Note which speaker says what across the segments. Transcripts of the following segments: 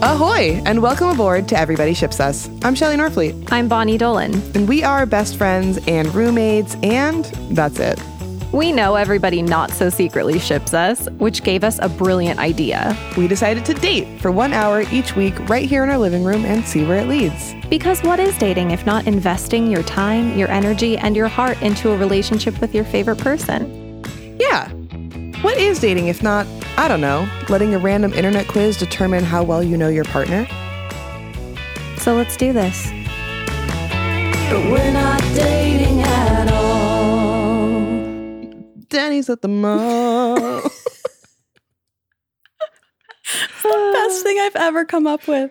Speaker 1: Ahoy, and welcome aboard to Everybody Ships Us. I'm Shelly Norfleet,
Speaker 2: I'm Bonnie Dolan.
Speaker 1: and we are best friends and roommates, and that's it.
Speaker 2: We know everybody not so secretly ships us, which gave us a brilliant idea.
Speaker 1: We decided to date for one hour each week right here in our living room and see where it leads.
Speaker 2: Because what is dating if not investing your time, your energy, and your heart into a relationship with your favorite person?
Speaker 1: Yeah. What is dating if not, I don't know, letting a random internet quiz determine how well you know your partner?
Speaker 2: So let's do this.
Speaker 1: Danny's at the mall.
Speaker 3: Best thing I've ever come up with.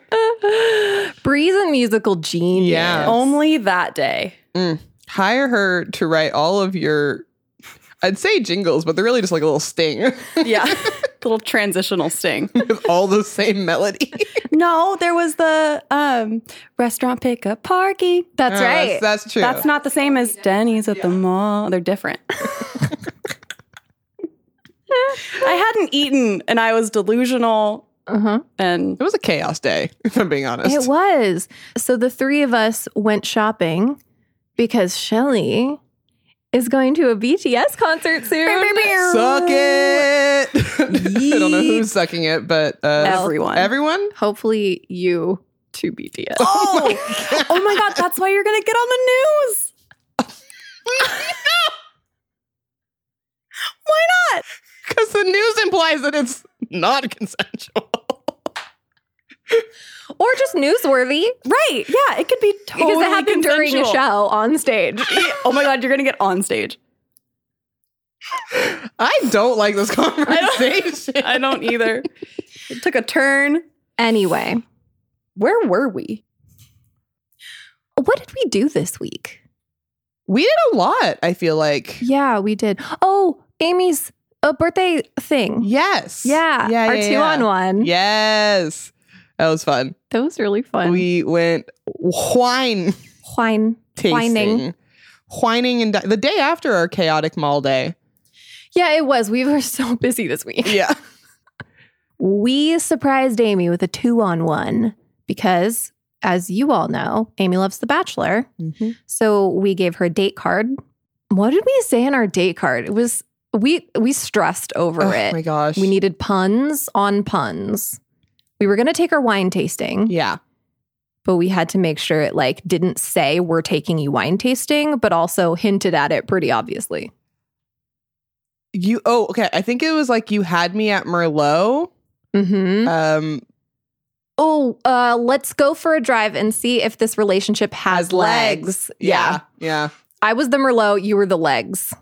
Speaker 2: Bree's a musical genius.
Speaker 1: Yeah.
Speaker 3: Only that day.
Speaker 1: Hire her to write all of your, I'd say jingles, but they're really just like a little sting
Speaker 3: Yeah. Little transitional sting.
Speaker 1: with all the same melody.
Speaker 3: no, there was the um, restaurant pickup parky.
Speaker 2: That's
Speaker 1: Oh,
Speaker 2: right.
Speaker 1: That's, that's true.
Speaker 3: That's not the same as Denny's at the mall. They're different. I hadn't eaten and I was delusional
Speaker 2: uh-huh.
Speaker 3: and
Speaker 1: It was a chaos day, if I'm being honest.
Speaker 2: It was. So the three of us went shopping because Shelly is going to a BTS concert soon.
Speaker 1: Suck it! I don't know who's sucking it, but uh,
Speaker 3: everyone.
Speaker 1: everyone.
Speaker 2: Hopefully, you to BTS.
Speaker 3: oh, oh my God, that's why you're going to get on the news. Why not?
Speaker 1: Because the news implies that it's not consensual.
Speaker 2: Or just newsworthy.
Speaker 3: Right. Yeah. It could be totally
Speaker 2: Because it happened during a
Speaker 3: consensual.
Speaker 2: show on stage.
Speaker 3: oh my god, you're gonna get on stage.
Speaker 1: I don't like this conversation.
Speaker 3: I don't either. it took a turn.
Speaker 2: Anyway,
Speaker 3: Where were we?
Speaker 2: what did we do this week?
Speaker 1: we did a lot, I feel like.
Speaker 2: Yeah, we did. Oh, Amy's a birthday thing.
Speaker 1: Yes.
Speaker 2: Yeah,
Speaker 1: Yeah.
Speaker 2: our
Speaker 1: yeah,
Speaker 2: two
Speaker 1: yeah.
Speaker 2: on one.
Speaker 1: Yes. That was fun.
Speaker 2: That was really fun.
Speaker 1: We went wine
Speaker 2: Whine.
Speaker 1: tasting.
Speaker 2: Whining.
Speaker 1: Whining and di- the day after our chaotic mall day.
Speaker 2: Yeah, it was. We were so busy this week.
Speaker 1: Yeah.
Speaker 2: We surprised Amy with a two on one because, as you all know, Amy loves The Bachelor. So we gave her a date card. What did we say in our date card? It was we we stressed over
Speaker 1: Oh
Speaker 2: it.
Speaker 1: my gosh.
Speaker 2: We needed puns on puns. We were going to take our wine tasting,
Speaker 1: Yeah.
Speaker 2: but we had to make sure it like didn't say we're taking you wine tasting, but also hinted at it pretty obviously.
Speaker 1: You oh okay. I think it was like you had me at Merlot.
Speaker 2: Mhm.
Speaker 1: Um
Speaker 2: Oh, uh let's go for a drive and see if this relationship has,
Speaker 1: Has legs.
Speaker 2: legs.
Speaker 1: yeah. Yeah.
Speaker 2: I was the merlot, you were the legs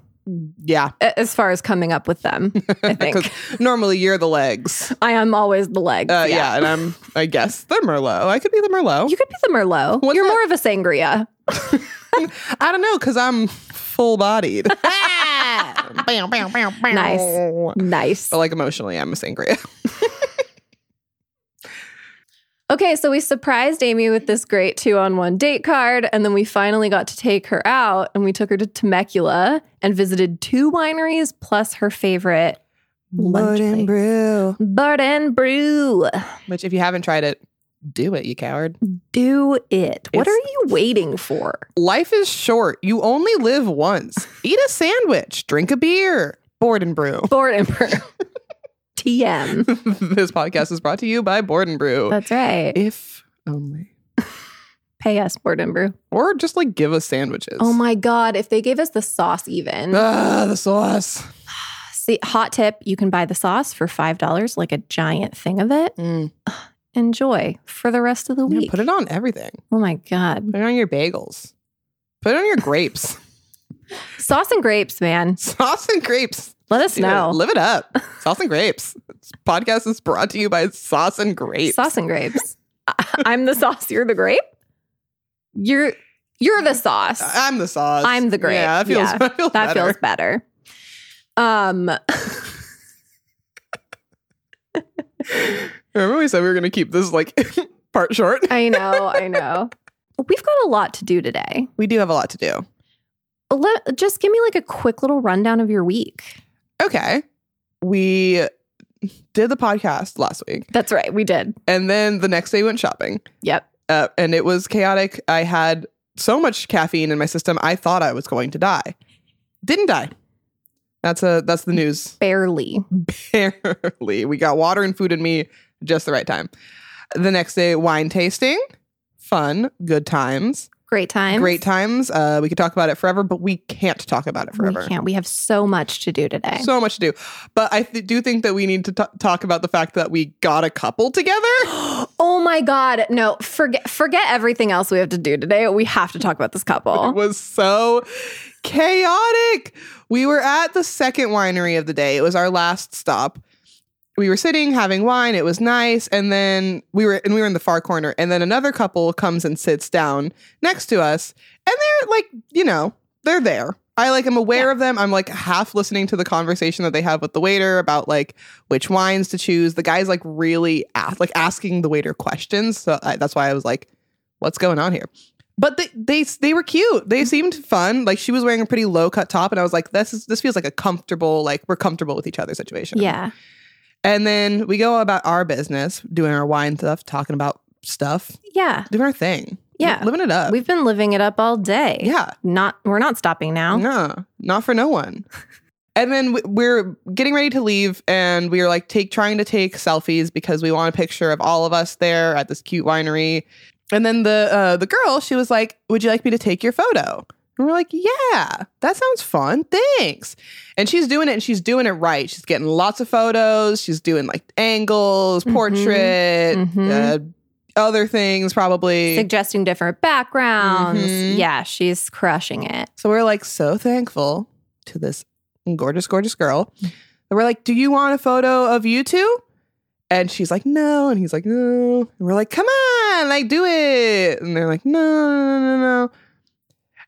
Speaker 1: Yeah.
Speaker 2: a- as far as coming up with them. I think
Speaker 1: Normally you're the legs.
Speaker 2: I am always the legs.
Speaker 1: Uh, yeah.
Speaker 2: yeah.
Speaker 1: and I'm I guess the Merlot. I could be the Merlot.
Speaker 2: You could be the merlot.
Speaker 1: What's
Speaker 2: You're
Speaker 1: that-
Speaker 2: more of a sangria.
Speaker 1: I don't know because I'm full bodied.
Speaker 2: Nice. Nice.
Speaker 1: But like emotionally, I'm a sangria.
Speaker 2: Okay, so we surprised Amy with this great two on one date card, and then we finally got to take her out and we took her to Temecula and visited two wineries plus her favorite Lunch place.
Speaker 1: brew.
Speaker 2: Bird and Brew.
Speaker 1: Which, if you haven't tried it, do it, you coward.
Speaker 2: Do it.
Speaker 1: It's-
Speaker 2: What are you waiting for?
Speaker 1: Life is short. You only live once. Eat a sandwich. Drink a beer. Board and brew.
Speaker 2: Bird and Brew. TM.
Speaker 1: this podcast is brought to you by Board and Brew.
Speaker 2: That's right.
Speaker 1: if only.
Speaker 2: Pay us, Bird and Brew.
Speaker 1: Or just like give us sandwiches.
Speaker 2: Oh my God, if they gave us the sauce even.
Speaker 1: Ah, the sauce.
Speaker 2: See, hot tip you can buy the sauce for $5, like a giant thing of it.
Speaker 1: Mm.
Speaker 2: Enjoy for the rest of the
Speaker 1: Yeah,
Speaker 2: week.
Speaker 1: put it on everything.
Speaker 2: Oh my God.
Speaker 1: Put it on your bagels. Put it on your grapes.
Speaker 2: Sauce and grapes, man.
Speaker 1: Sauce and grapes.
Speaker 2: Let us
Speaker 1: Do it.
Speaker 2: know.
Speaker 1: Live it up. Sauce and grapes. This podcast is brought to you by Sauce and Grapes.
Speaker 2: Sauce and grapes. I- I'm the sauce. You're the grape. You're you're the sauce.
Speaker 1: I- I'm the sauce.
Speaker 2: I'm the grape.
Speaker 1: Yeah, that feels,
Speaker 2: Yeah,
Speaker 1: that feels
Speaker 2: that
Speaker 1: Ah, better.
Speaker 2: feels better. Um,
Speaker 1: Remember we said we were going to keep this like part short?
Speaker 2: I know, I know. We've got a lot to do today.
Speaker 1: We do have a lot to do.
Speaker 2: Let, just give me like a quick little rundown of your week.
Speaker 1: Okay. We did the podcast last week,
Speaker 2: That's right. We did.
Speaker 1: and then the next day went shopping.
Speaker 2: Yep.
Speaker 1: Uh, and it was chaotic. I had so much caffeine in my system, I thought I was going to die. Didn't die. That's a that's the news.
Speaker 2: Barely.
Speaker 1: Barely. We got water and food in me just the right time. The next day, wine tasting, fun, good times,
Speaker 2: Great time.
Speaker 1: great times. Uh, we could talk about it forever, but we can't talk about it forever.
Speaker 2: We can't. We have so much to do today.
Speaker 1: So much to do. But I th- do think that we need to t- talk about the fact that we got a couple together.
Speaker 2: oh my God. No, forget forget everything else we have to do today. We have to talk about this couple.
Speaker 1: It was so chaotic. We were at the second winery of the day. It was our last stop. We were sitting having wine. It was nice, and then we were and we were in the far corner. And then another couple comes and sits down next to us, and they're like, you know, they're there. I like am aware of them. I'm like half listening to the conversation that they have with the waiter about like which wines to choose. The guy's like really ask, like asking the waiter questions. So I, that's why I was like, what's going on here? But they they they were cute.
Speaker 2: Mm-hmm.
Speaker 1: They seemed fun. Like she was wearing a pretty low cut top, and I was like, this is this feels like a comfortable like we're comfortable with each other situation.
Speaker 2: yeah.
Speaker 1: And then we go about our business, doing our wine stuff, talking about stuff,
Speaker 2: Yeah.
Speaker 1: doing our thing.
Speaker 2: Yeah.
Speaker 1: living it up.
Speaker 2: We've been living it up all day.
Speaker 1: Uh, yeah.
Speaker 2: Not we're not stopping now.
Speaker 1: No, not for no one. And then w- we're getting ready to leave, and we are like take trying to take selfies because we want a picture of all of us there at this cute winery. And then the uh, the girl, she was like, "Would you like me to take your photo?" And we're like, "Yeah, that sounds fun. Thanks." And she's doing it, and she's doing it right. She's getting lots of photos. She's doing like angles,
Speaker 2: Mhm.
Speaker 1: portrait,
Speaker 2: Mhm.
Speaker 1: Uh, other things probably.
Speaker 2: Suggesting different backgrounds.
Speaker 1: Mhm.
Speaker 2: Yeah, she's crushing it.
Speaker 1: So we're like so thankful to this gorgeous, gorgeous girl. And we're like, Do you want a photo of you two? And she's like, No. And he's like, No. And we're like, Come on, like, do it. And they're like, No, no, no, no, no.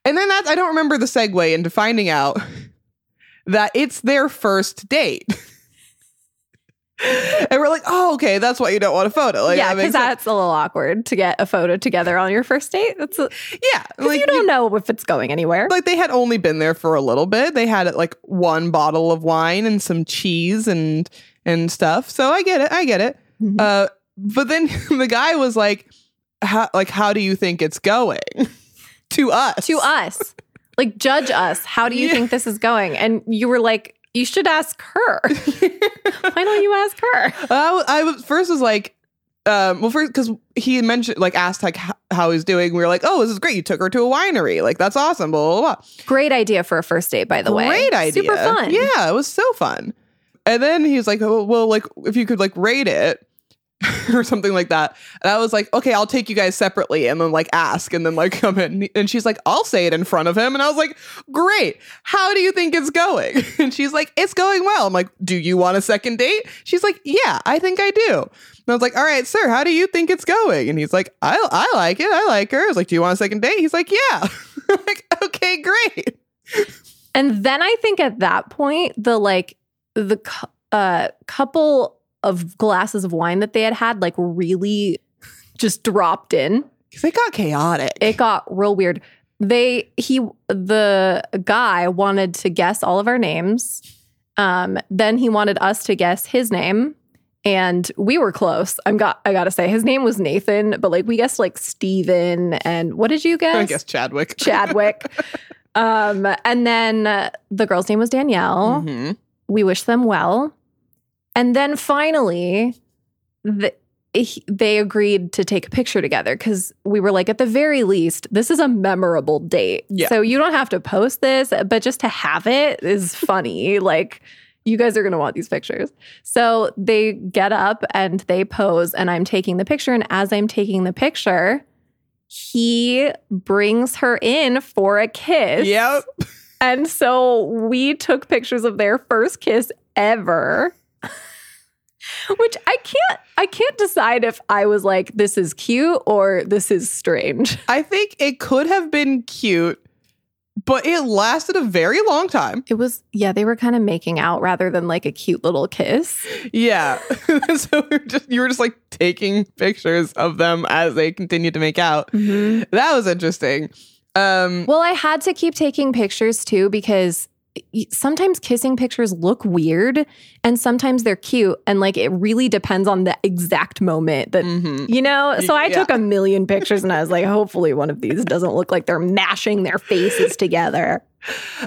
Speaker 1: And then that's, I don't remember the segue into finding out that it's their first date. and we're like, Oh, okay, that's why you don't want a photo. Like,
Speaker 2: yeah,
Speaker 1: that makes
Speaker 2: because that's a little awkward to get a photo together on your first date. That's a,
Speaker 1: sense. yeah.
Speaker 2: because you don't know if it's going anywhere.
Speaker 1: like they had only been there for a little bit. They had like one bottle of wine and some cheese and and stuff. So I get it. I get it.
Speaker 2: Mhm.
Speaker 1: Uh, but then the guy was like, how, "Like, how do you think it's going?" to us.
Speaker 2: to us, like judge us. How do you
Speaker 1: Yeah.
Speaker 2: think this is going? And you were like, you should ask her. Why don't you ask her?
Speaker 1: I, wa- I was first was like, um, well, first because he had mentioned like asked like how, how he's doing. We were like, "Oh, this is great. You took her to a winery. Like that's awesome." Blah blah blah.
Speaker 2: Great idea for a first date, by the way.
Speaker 1: Great idea.
Speaker 2: Super fun.
Speaker 1: Yeah, it was so fun. And then he was like, oh, well, like if you could like rate it or something like that. And I was like, okay, I'll take you guys separately and then like ask and then like come in. And she's like, I'll say it in front of him. And I was like, great. How do you think it's going? And she's like, it's going well. I'm like, do you want a second date? She's like, yeah, I think I do. And I was like, all right, sir, how do you think it's going? And he's like, I, I like it. I like her. I was like, do you want a second date? He's like, yeah. I'm like, okay, great.
Speaker 2: And then I think at that point, the like the cou- uh, couple of glasses of wine that they had had like really just dropped in.
Speaker 1: Because it got chaotic.
Speaker 2: It got real weird. They he the guy wanted to guess all of our names. Um, then he wanted us to guess his name, and we were close. I'm got I gotta say his name was Nathan, but like we guessed like Steven and what did you guess?
Speaker 1: I guess Chadwick.
Speaker 2: Chadwick. um, and then uh, the girl's name was Danielle.
Speaker 1: Mhm.
Speaker 2: We wish them well. And then finally, the, he- they agreed to take a picture together because we were like, at the very least, this is a memorable date.
Speaker 1: Yeah.
Speaker 2: So you don't have to post this, but just to have it is funny. like, you guys are going to want these pictures. So they get up and they pose, and I'm taking the picture. And as I'm taking the picture, he brings her in for a kiss.
Speaker 1: Yep.
Speaker 2: And so we took pictures of their first kiss ever. Which I can't I can't decide if I was like this is cute or this is strange.
Speaker 1: I think it could have been cute, but it lasted a very long time.
Speaker 2: It was yeah, they were kind of making out rather than like a cute little kiss.
Speaker 1: Yeah. so we were just, you were just like taking pictures of them as they continued to make out.
Speaker 3: Mm-hmm.
Speaker 1: That was interesting. Um,
Speaker 2: Well, I had to keep taking pictures too because sometimes kissing pictures look weird and sometimes they're cute. And like it really depends on the exact moment that,
Speaker 1: Mm-hmm.
Speaker 2: you know? So I
Speaker 1: Yeah.
Speaker 2: took a million pictures and I was like, hopefully one of these doesn't look like they're mashing their faces together.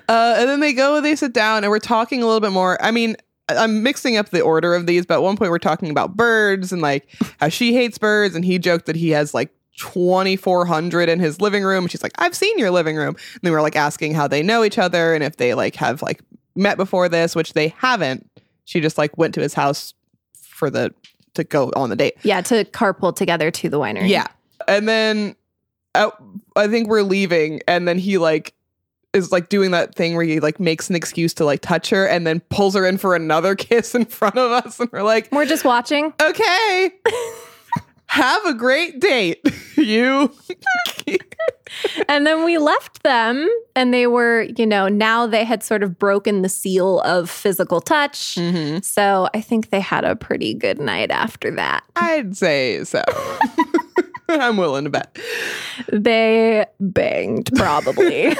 Speaker 1: Uh, and then they go, they sit down, and we're talking a little bit more. I mean, I- I'm mixing up the order of these, but at one point we're talking about birds and like how she hates birds, and he joked that he has like 2,400 in his living room. And she's like, I've seen your living room. And they were like asking how they know each other and if they like have like met before this, which they haven't. She just like went to his house for the to go on the date.
Speaker 2: Yeah, to carpool together to the winery.
Speaker 1: Yeah. And then uh, I think we're leaving. And then he like is like doing that thing where he like makes an excuse to like touch her and then pulls her in for another kiss in front of us. And we're like,
Speaker 2: We're just watching.
Speaker 1: okay, have a great date. you.
Speaker 2: and then we left them and they were, you know, now they had sort of broken the seal of physical touch. So I think they had a pretty good night after that.
Speaker 1: I'd say so. I'm willing to bet.
Speaker 2: They banged probably.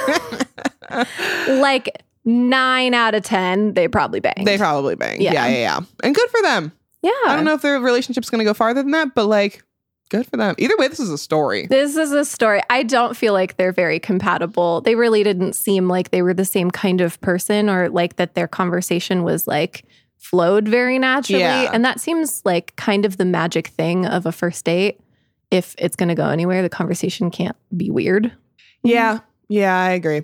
Speaker 2: like 9 out of 10, they probably banged.
Speaker 1: They probably bang.
Speaker 2: Yeah.
Speaker 1: yeah, yeah. yeah. And good for them.
Speaker 2: yeah.
Speaker 1: I don't know if their relationship's going to go farther than that, but like, good for them. Either way, this is a story.
Speaker 2: This is a story. I don't feel like they're very compatible. They really didn't seem like they were the same kind of person or like that their conversation was like flowed very naturally.
Speaker 1: Yeah.
Speaker 2: And that seems like kind of the magic thing of a first date. If it's going to go anywhere, the conversation can't be weird.
Speaker 1: Yeah. Yeah, I agree.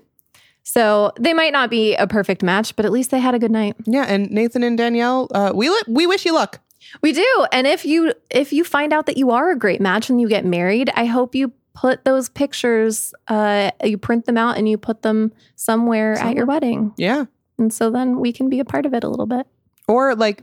Speaker 2: So they might not be a perfect match, but at least they had a good night.
Speaker 1: Yeah, and Nathan and Danielle, uh, we li- we wish you luck.
Speaker 2: We do. And if you if you find out that you are a great match and you get married, I hope you put those pictures uh you print them out and you put them somewhere, at your wedding.
Speaker 1: Yeah,
Speaker 2: And so then we can be a part of it a little bit.
Speaker 1: or like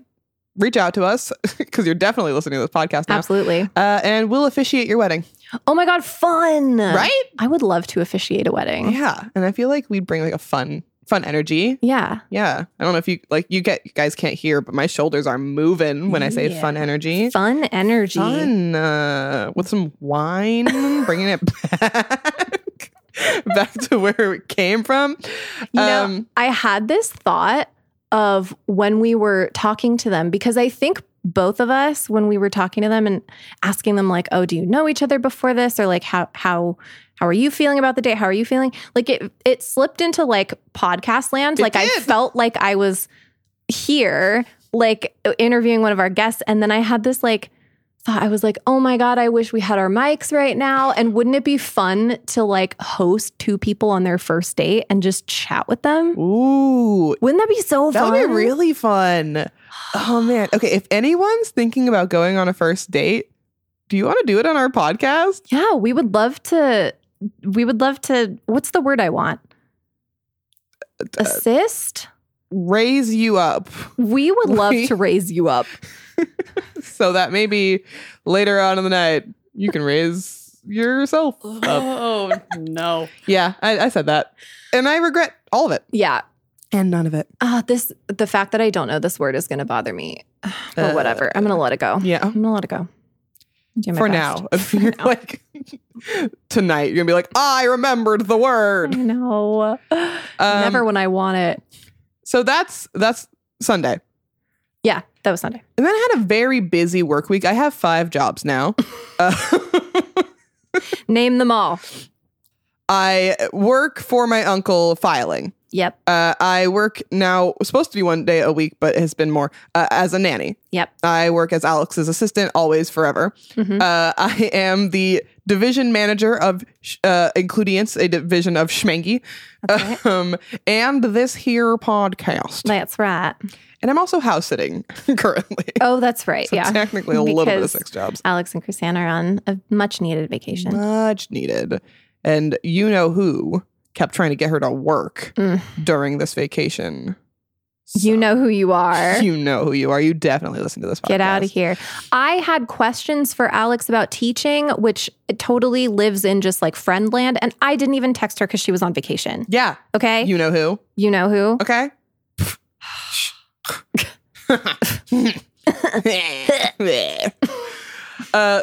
Speaker 1: reach out to us because you're definitely listening to this podcast now,
Speaker 2: Absolutely.
Speaker 1: uh, and we'll officiate your wedding,
Speaker 2: Oh my god, fun.
Speaker 1: right?
Speaker 2: I would love to officiate a wedding. Yeah.
Speaker 1: Yeah, and I feel like we'd bring like a fun fun energy. Yeah, I don't know if you like you get you guys can't hear, but my shoulders are moving when I say
Speaker 2: Yeah.
Speaker 1: fun energy.
Speaker 2: Fun energy.
Speaker 1: Fun uh, with some wine, bringing it back back to where it came from. Um,
Speaker 2: You know, I had this thought of when we were talking to them because I think both of us when we were talking to them and asking them like, "Oh, do you know each other before this?" or like how how how are you feeling about the date? How are you feeling? Like it it slipped into like podcast land.
Speaker 1: It
Speaker 2: like I
Speaker 1: did.
Speaker 2: felt like I was here like interviewing one of our guests and then I had this like thought I was like, "Oh my god, I wish we had our mics right now." And wouldn't it be fun to like host two people on their first date and just chat with them?
Speaker 1: ooh,
Speaker 2: Wouldn't that be so
Speaker 1: That
Speaker 2: fun?
Speaker 1: would be really fun. Oh man. Okay, if anyone's thinking about going on a first date, do you want to do it on our podcast?
Speaker 2: Yeah, we would love to. We would love to. What's the word I want?
Speaker 1: Uh,
Speaker 2: Assist.
Speaker 1: Raise you up
Speaker 2: We would love
Speaker 1: we-
Speaker 2: to raise you up.
Speaker 1: so that maybe later on in the night you can raise yourself up.
Speaker 3: Oh no.
Speaker 1: Yeah, I, I said that. And I regret all of it.
Speaker 2: Yeah.
Speaker 1: And none of it.
Speaker 2: Ah, this. The fact that I don't know this word is going to bother me.
Speaker 1: Uh,
Speaker 2: But whatever. I'm going to let it go.
Speaker 1: Yeah.
Speaker 2: I'm going to let it go. Do my
Speaker 1: For
Speaker 2: best.
Speaker 1: now. If you're like tonight, you're gonna be like, I remembered the word.
Speaker 2: I know.
Speaker 1: Um,
Speaker 2: Never when I want it.
Speaker 1: So that's that's Sunday.
Speaker 2: Yeah, that was Sunday.
Speaker 1: And then I had a very busy work week. I have five jobs now. Uh,
Speaker 2: Name them all.
Speaker 1: I work for my uncle filing.
Speaker 2: Yep.
Speaker 1: Uh, I work now, supposed to be one day a week, but has been more uh, as a nanny.
Speaker 2: Yep.
Speaker 1: I work as Alex's assistant, always, forever.
Speaker 2: Mhm.
Speaker 1: Uh, I am the division manager of Sh- uh, Includience, a division of Schmengi, um, and this here podcast.
Speaker 2: That's right.
Speaker 1: And I'm also house sitting currently.
Speaker 2: Oh, that's right.
Speaker 1: So
Speaker 2: yeah.
Speaker 1: technically a little bit of
Speaker 2: Because
Speaker 1: six jobs.
Speaker 2: Alex and Chrisanne are on a much needed vacation.
Speaker 1: Much needed. And you know who kept trying to get her to work
Speaker 2: Mm.
Speaker 1: during this vacation.
Speaker 2: You
Speaker 1: So-
Speaker 2: know who you are.
Speaker 1: You know who you are. You definitely listen to this podcast.
Speaker 2: Get out of here. I had questions for Alex about teaching, which totally lives in just like friend land. And I didn't even text her because she was on vacation.
Speaker 1: Yeah.
Speaker 2: Okay. You,
Speaker 1: You know who.
Speaker 2: know who?
Speaker 1: Okay. uh,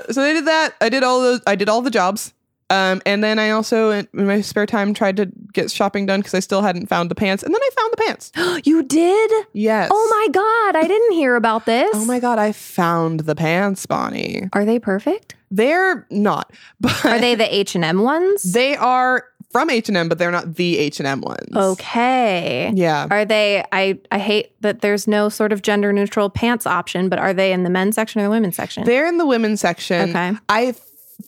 Speaker 1: so they did that. I did all those. I did all the jobs. Um, and then I also, in in my spare time, tried to get shopping done because I still hadn't found the pants. And then I found the pants.
Speaker 2: you did?
Speaker 1: Yes.
Speaker 2: Oh my God. I didn't hear about this.
Speaker 1: Oh my god! I found the pants, Bonnie.
Speaker 2: Are they perfect?
Speaker 1: They're not, but
Speaker 2: Are they the H&M ones?
Speaker 1: They are from H and M, but they're not the H and M ones.
Speaker 2: okay.
Speaker 1: Yeah.
Speaker 2: Are they I I hate that there's no sort of gender neutral pants option, but are they in the men's section or the women's section?
Speaker 1: They're in the women's section.
Speaker 2: okay.
Speaker 1: I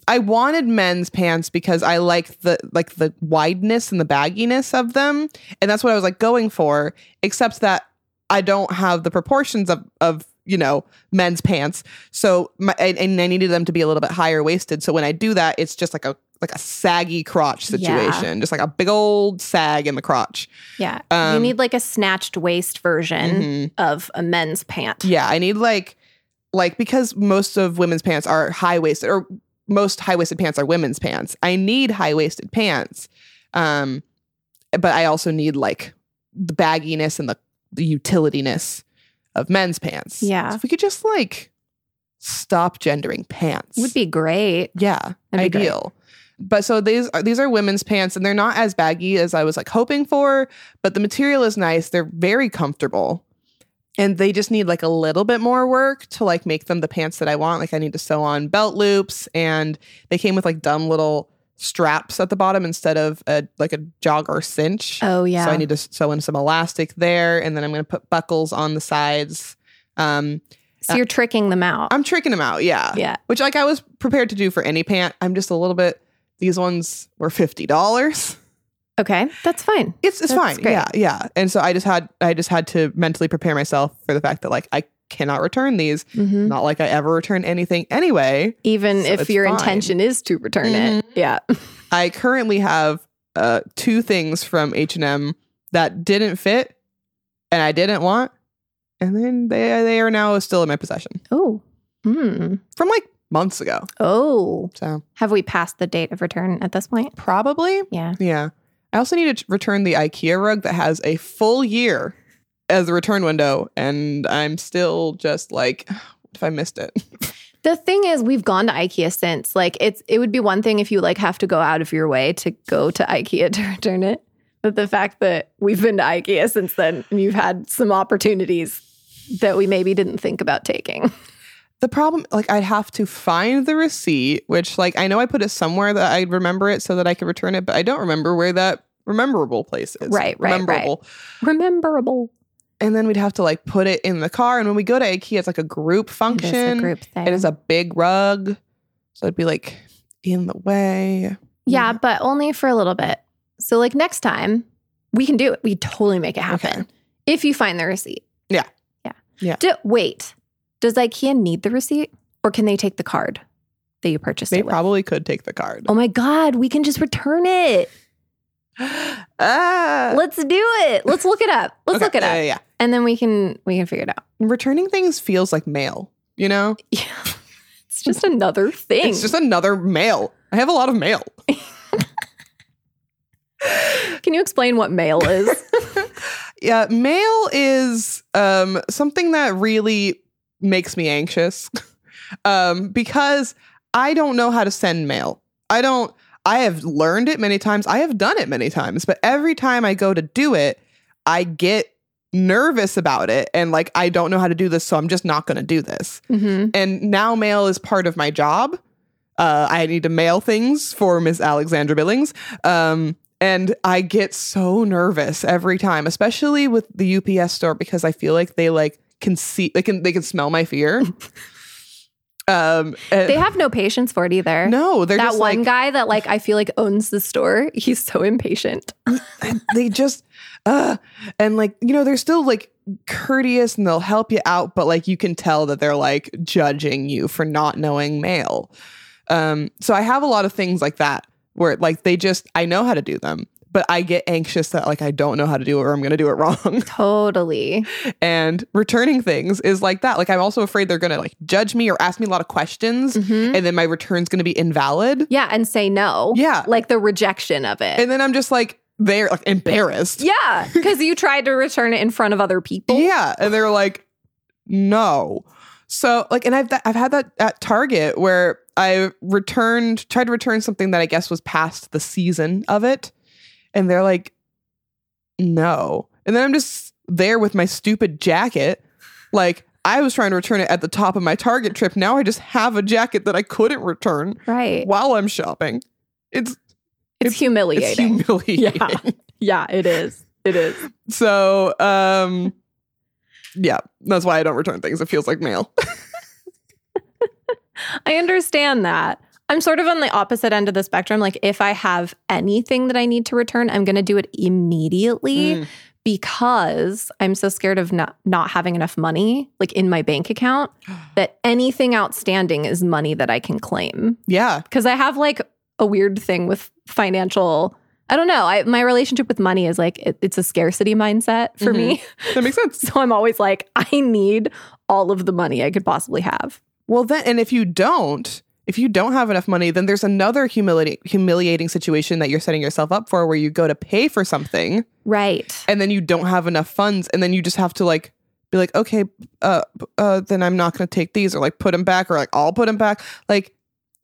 Speaker 1: I wanted men's pants because I like the like the wideness and the bagginess of them, and that's what I was like going for. Except that I don't have the proportions of of you know men's pants, so my, and, and I needed them to be a little bit higher waisted. So when I do that, it's just like a like a saggy crotch
Speaker 2: Yeah.
Speaker 1: situation, just like a big old sag in the crotch.
Speaker 2: Yeah. you
Speaker 1: Um,
Speaker 2: need like a snatched waist version
Speaker 1: Mhm.
Speaker 2: of a men's pant.
Speaker 1: Yeah, I need like like because most of women's pants are high waisted or most high waisted pants are women's pants. I need high waisted pants. Um but I also need like the bagginess and the, the utilityness of men's pants.
Speaker 2: Yeah.
Speaker 1: So if we could just like stop gendering pants.
Speaker 2: Would be great.
Speaker 1: Yeah,
Speaker 2: That'd be great.
Speaker 1: ideal. But so these are these are women's pants, and they're not as baggy as I was like hoping for. But the material is nice; they're very comfortable, and they just need like a little bit more work to like make them the pants that I want. Like I need to sew on belt loops, and they came with like dumb little straps at the bottom instead of a like a jogger cinch.
Speaker 2: Oh yeah.
Speaker 1: So I need to sew in some elastic there, and then I'm going to put buckles on the sides. Um,
Speaker 2: so you're tricking them out.
Speaker 1: I'm tricking them out. Yeah.
Speaker 2: Yeah.
Speaker 1: Which like I was prepared to do for any pant. I'm just a little bit these ones were fifty dollars.
Speaker 2: okay. That's fine.
Speaker 1: It's it's
Speaker 2: That's
Speaker 1: fine.
Speaker 2: great.
Speaker 1: Yeah, yeah. And so I just had I just had to mentally prepare myself for the fact that like I cannot return these.
Speaker 2: Mhm.
Speaker 1: Not like I ever return anything anyway.
Speaker 2: Even
Speaker 1: Mm-hmm. So
Speaker 2: if
Speaker 1: it's
Speaker 2: your
Speaker 1: fine. Mm-hmm.
Speaker 2: intention is to return it. Yeah.
Speaker 1: I currently have uh two things from H and M that didn't fit and I didn't want. And then they they are now still in my possession.
Speaker 2: Oh. Hmm.
Speaker 1: From like months ago.
Speaker 2: Oh.
Speaker 1: So
Speaker 2: Have we passed the date of return at this point?
Speaker 1: probably
Speaker 2: Yeah.
Speaker 1: Yeah. I also need to t- return the IKEA rug that has a full year as the return window. And I'm still just like, what if I missed it?
Speaker 2: The thing is, we've gone to IKEA since. Like, it's it would be one thing if you like have to go out of your way to go to IKEA to return it, but the fact that we've been to IKEA since then and you've had some opportunities that we maybe didn't think about taking.
Speaker 1: The problem, like, I'd have to find the receipt, which, like, I know I put it somewhere that I'd remember it so that I could return it, but I don't remember where that rememberable place is.
Speaker 2: Right, right, right.
Speaker 1: Rememberable.
Speaker 2: Rememberable
Speaker 1: And then we'd have to, like, put it in the car. And when we go to IKEA, it's like a group function.
Speaker 2: group thing.
Speaker 1: It is a big rug. So it'd be, like, in the way.
Speaker 2: yeah, but only for a little bit. So, like next time, we can do it. We totally make it happen
Speaker 1: Okay.
Speaker 2: if you find the receipt.
Speaker 1: Yeah.
Speaker 2: yeah,
Speaker 1: Yeah.
Speaker 2: Do, wait, does IKEA need the receipt, or can they take the card that you purchased
Speaker 1: They
Speaker 2: it with?
Speaker 1: probably could take the card.
Speaker 2: Oh my God, we can just return it.
Speaker 1: ah,
Speaker 2: Let's do it. Let's look it up. Let's
Speaker 1: Okay,
Speaker 2: look it
Speaker 1: yeah,
Speaker 2: up.
Speaker 1: Yeah,
Speaker 2: And then we can we can figure it out.
Speaker 1: yeah. Returning things feels like mail, you know?
Speaker 2: Yeah. It's just another thing.
Speaker 1: It's just another mail. I have a lot of mail.
Speaker 2: can you explain what mail is?
Speaker 1: Yeah, mail is um, something that really makes me anxious um, because I don't know how to send mail. I don't, I have learned it many times. I have done it many times, but every time I go to do it, I get nervous about it and like, I don't know how to do this, so I'm just not going to do this.
Speaker 2: mm-hmm.
Speaker 1: and now mail is part of my job. Uh, I need to mail things for Miss Alexandra Billings. Um, and I get so nervous every time, especially with the UPS store because I feel like they like can see they can they can smell my fear. um, and-
Speaker 2: They have no patience for it either.
Speaker 1: no, they're
Speaker 2: that
Speaker 1: just
Speaker 2: one
Speaker 1: like,
Speaker 2: guy that like I feel like owns the store. He's so impatient.
Speaker 1: they just uh and like you know they're still like courteous and they'll help you out but like you can tell that they're like judging you for not knowing mail um so i have a lot of things like that where like they just i know how to do them but i get anxious that like i don't know how to do it or i'm gonna do it wrong
Speaker 2: Totally.
Speaker 1: and returning things is like that like i'm also afraid they're gonna like judge me or ask me a lot of questions
Speaker 2: Mhm.
Speaker 1: and then my return's gonna be invalid
Speaker 2: Yeah, and say no.
Speaker 1: Yeah.
Speaker 2: Like the rejection of it.
Speaker 1: and then i'm just like they're like embarrassed
Speaker 2: yeah, because you tried to return it in front of other people.
Speaker 1: Yeah, and they were like, no. So like, and I've I've had that at Target where I returned, tried to return something that I guess was past the season of it. And they're like, no. And then I'm just there with my stupid jacket. Like, I was trying to return it at the top of my Target trip. Now I just have a jacket that I couldn't return
Speaker 2: Right.
Speaker 1: while I'm shopping. It's,
Speaker 2: It's,
Speaker 1: it's-
Speaker 2: humiliating.
Speaker 1: it's humiliating.
Speaker 2: Yeah. yeah, it is. It is.
Speaker 1: So, um, yeah, that's why I don't return things. It feels like mail.
Speaker 2: I understand that. I'm sort of on the opposite end of the spectrum. Like, if I have anything that I need to return, I'm going to do it immediately
Speaker 1: Mm.
Speaker 2: because I'm so scared of not, not having enough money, like in my bank account, that anything outstanding is money that I can claim.
Speaker 1: Yeah.
Speaker 2: Because I have like a weird thing with financial. I don't know. I, my relationship with money is like it, it's a scarcity mindset for me.
Speaker 1: Mm-hmm. That makes sense.
Speaker 2: So I'm always like, I need all of the money I could possibly have.
Speaker 1: Well, then, and if you don't, if you don't have enough money, then there's another humili- humiliating situation that you're setting yourself up for where you go to pay for something
Speaker 2: Right.
Speaker 1: and then you don't have enough funds and then you just have to like be like, okay, uh, uh, then I'm not going to take these or like put them back or like I'll put them back. Like,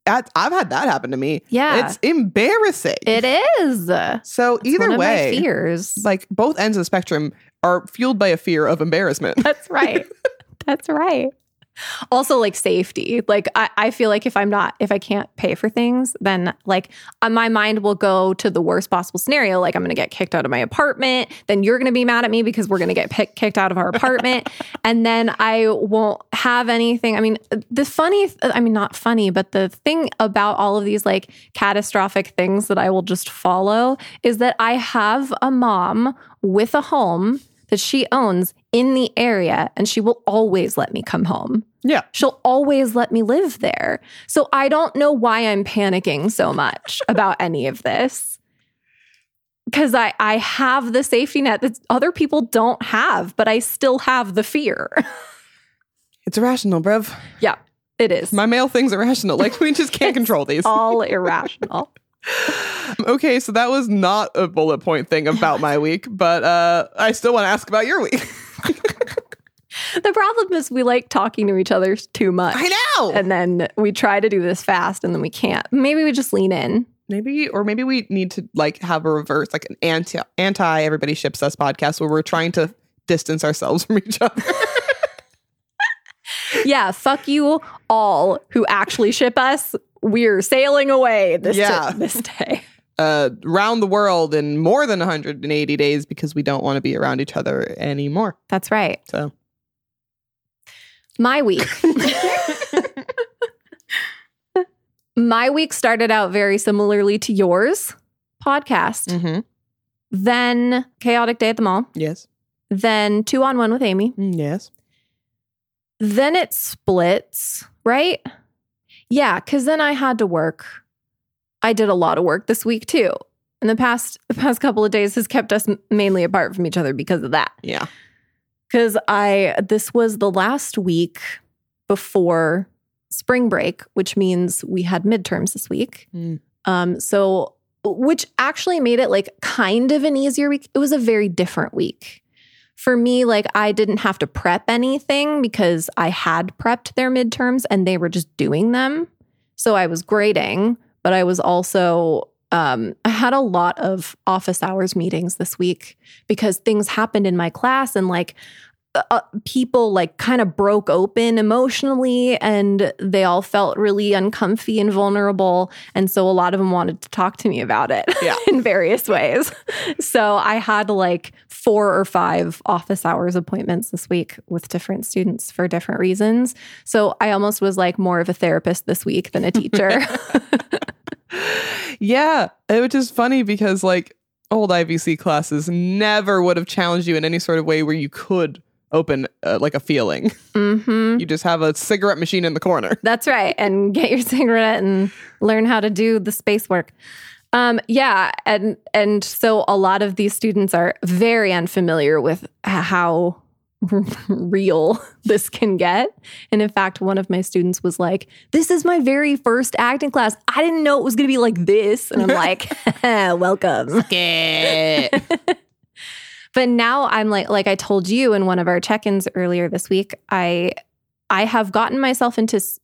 Speaker 1: at, I've had that happen to me.
Speaker 2: Yeah.
Speaker 1: It's embarrassing.
Speaker 2: It is. That's
Speaker 1: So
Speaker 2: one
Speaker 1: either
Speaker 2: of
Speaker 1: way,
Speaker 2: my fears.
Speaker 1: like both ends of the spectrum are fueled by a fear of embarrassment.
Speaker 2: That's right. That's right. Also, like safety. Like I, I feel like if I'm not, if I can't pay for things, then like uh, my mind will go to the worst possible scenario. Like I'm going to get kicked out of my apartment. Then you're going to be mad at me because we're going to get pick, kicked out of our apartment, and then I won't have anything. I mean, the funny. I mean, not funny, but the thing about all of these like catastrophic things that I will just follow is that I have a mom with a home that she owns in the area and she will always let me come home.
Speaker 1: Yeah.
Speaker 2: She'll always let me live there. So I don't know why I'm panicking so much about any of this. Cuz I I have the safety net that other people don't have, but I still have the fear.
Speaker 1: It's irrational, bruv.
Speaker 2: It is
Speaker 1: My male thing's irrational. Like, we just can't control these.
Speaker 2: all irrational.
Speaker 1: Okay, so that was not a bullet point thing about my week, but uh, I still want to ask about your week.
Speaker 2: The problem is we like talking to each other too much.
Speaker 1: know.
Speaker 2: And then we try to do this fast and then we can't. Maybe we just lean in.
Speaker 1: maybe, or maybe we need to like have a reverse, like an anti anti everybody ships us podcast where we're trying to distance ourselves from each other.
Speaker 2: yeah, fuck you all who actually ship us. We're sailing away this
Speaker 1: Yeah.
Speaker 2: this day.
Speaker 1: uh, round the world in more than 180 days because we don't want to be around each other anymore.
Speaker 2: That's right.
Speaker 1: So
Speaker 2: My week. My week started out very similarly to yours podcast,
Speaker 1: mhm.
Speaker 2: then chaotic day at the mall,
Speaker 1: yes,
Speaker 2: then two on one with Amy,
Speaker 1: Mm, yes,
Speaker 2: then it splits, right? Yeah, because then I had to work. I did a lot of work this week too. And the past the past couple of days has kept us m- mainly apart from each other because of that.
Speaker 1: yeah.
Speaker 2: Because I this was the last week before spring break, which means we had midterms this week.
Speaker 1: Mm.
Speaker 2: Um, so which actually made it like kind of an easier week. It was a very different week. For me, like I didn't have to prep anything because I had prepped their midterms and they were just doing them. So I was grading, but I was also um, I had a lot of office hours meetings this week because things happened in my class and like uh, uh, people like kind of broke open emotionally and they all felt really uncomfy and vulnerable and so a lot of them wanted to talk to me about it
Speaker 1: Yeah.
Speaker 2: in various ways so i had like four or five office hours appointments this week with different students for different reasons so i almost was like more of a therapist this week than a teacher
Speaker 1: yeah, it was just funny because like old IVC classes never would have challenged you in any sort of way where you could open uh, like a feeling.
Speaker 2: hmm
Speaker 1: You just have a cigarette machine in the corner.
Speaker 2: That's right. And get your cigarette and learn how to do the space work. Um, yeah, and and so a lot of these students are very unfamiliar with h- how real this can get. And in fact, one of my students was like, "This is my very first acting class. I didn't know it was going to be like this." And I'm like, "Welcome." but now i'm like like i told you in one of our check-ins earlier this week i i have gotten myself into s-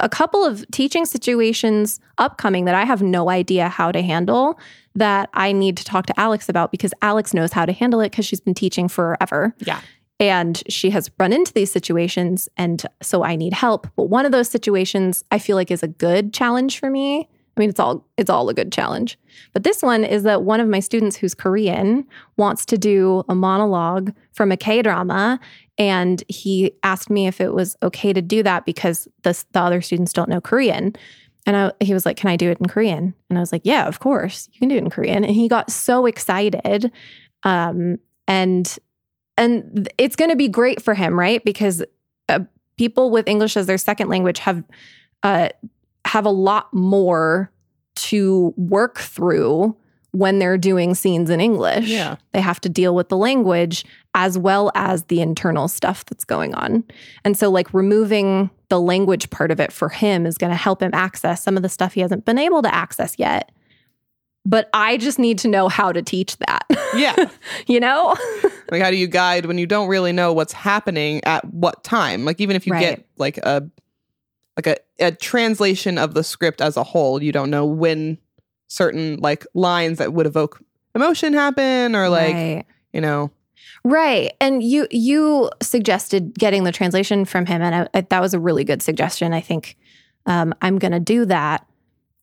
Speaker 2: a couple of teaching situations upcoming that I have no idea how to handle that I need to talk to Alex about because Alex knows how to handle it because she's been teaching forever.
Speaker 1: Yeah.
Speaker 2: And she has run into these situations. And so I need help. But one of those situations I feel like is a good challenge for me. I mean, it's all it's all a good challenge. But this one is that one of my students who's Korean wants to do a monologue from a K drama. And he asked me if it was okay to do that because the, the other students don't know Korean. And I, he was like, Can I do it in Korean? And I was like, Yeah, of course, you can do it in Korean. And he got so excited. Um, and and it's going to be great for him, right? Because uh, people with English as their second language have uh, have a lot more to work through when they're doing scenes in English.
Speaker 1: Yeah.
Speaker 2: They have to deal with the language as well as the internal stuff that's going on. And so, like, removing the language part of it for him is going to help him access some of the stuff he hasn't been able to access yet. But I just need to know how to teach that,
Speaker 1: Yeah.
Speaker 2: you know?
Speaker 1: like how do you guide when you don't really know what's happening at what time? Like even if you get
Speaker 2: Right.
Speaker 1: like a like a, a translation of the script as a whole, you don't know when certain like lines that would evoke emotion happen or like,
Speaker 2: Right.
Speaker 1: you know,
Speaker 2: Right. And you you suggested getting the translation from him and I, I, that was a really good suggestion. I think um, I'm going to do that.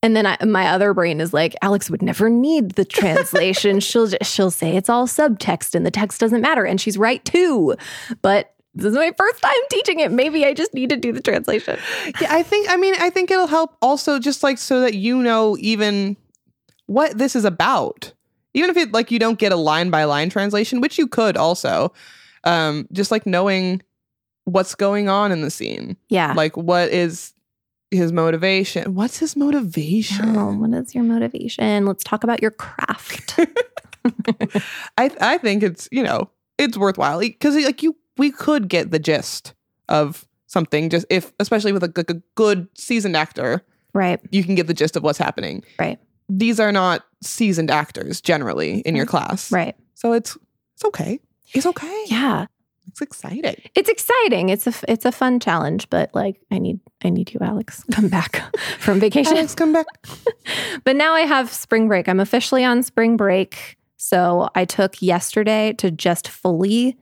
Speaker 2: And then I, my other brain is like Alex would never need the translation. she'll just, she'll say it's all subtext and the text doesn't matter and she's right too. But this is my first time teaching it. Maybe I just need to do the translation.
Speaker 1: yeah i think i mean i think it'll help also just like so that you know even what this is about even if it like you don't get a line by line translation which you could also um just like knowing what's going on in the scene
Speaker 2: Yeah.
Speaker 1: like what is his motivation what's his motivation
Speaker 2: Oh, what is your motivation? Let's talk about your craft.
Speaker 1: i i think it's you know it's worthwhile because like you we could get the gist of something just if especially with a, g- g- good seasoned actor
Speaker 2: right.
Speaker 1: you can get the gist of what's happening.
Speaker 2: Right. Mm-hmm.
Speaker 1: These are not seasoned actors generally in your class.
Speaker 2: Right.
Speaker 1: So it's it's okay. It's okay.
Speaker 2: Yeah.
Speaker 1: It's exciting.
Speaker 2: it's exciting. It's a it's a fun challenge, but like I need I need you, Alex, come back from vacation.
Speaker 1: Alex, come back.
Speaker 2: but now I have spring break. I'm officially on spring break, so I took yesterday to just fully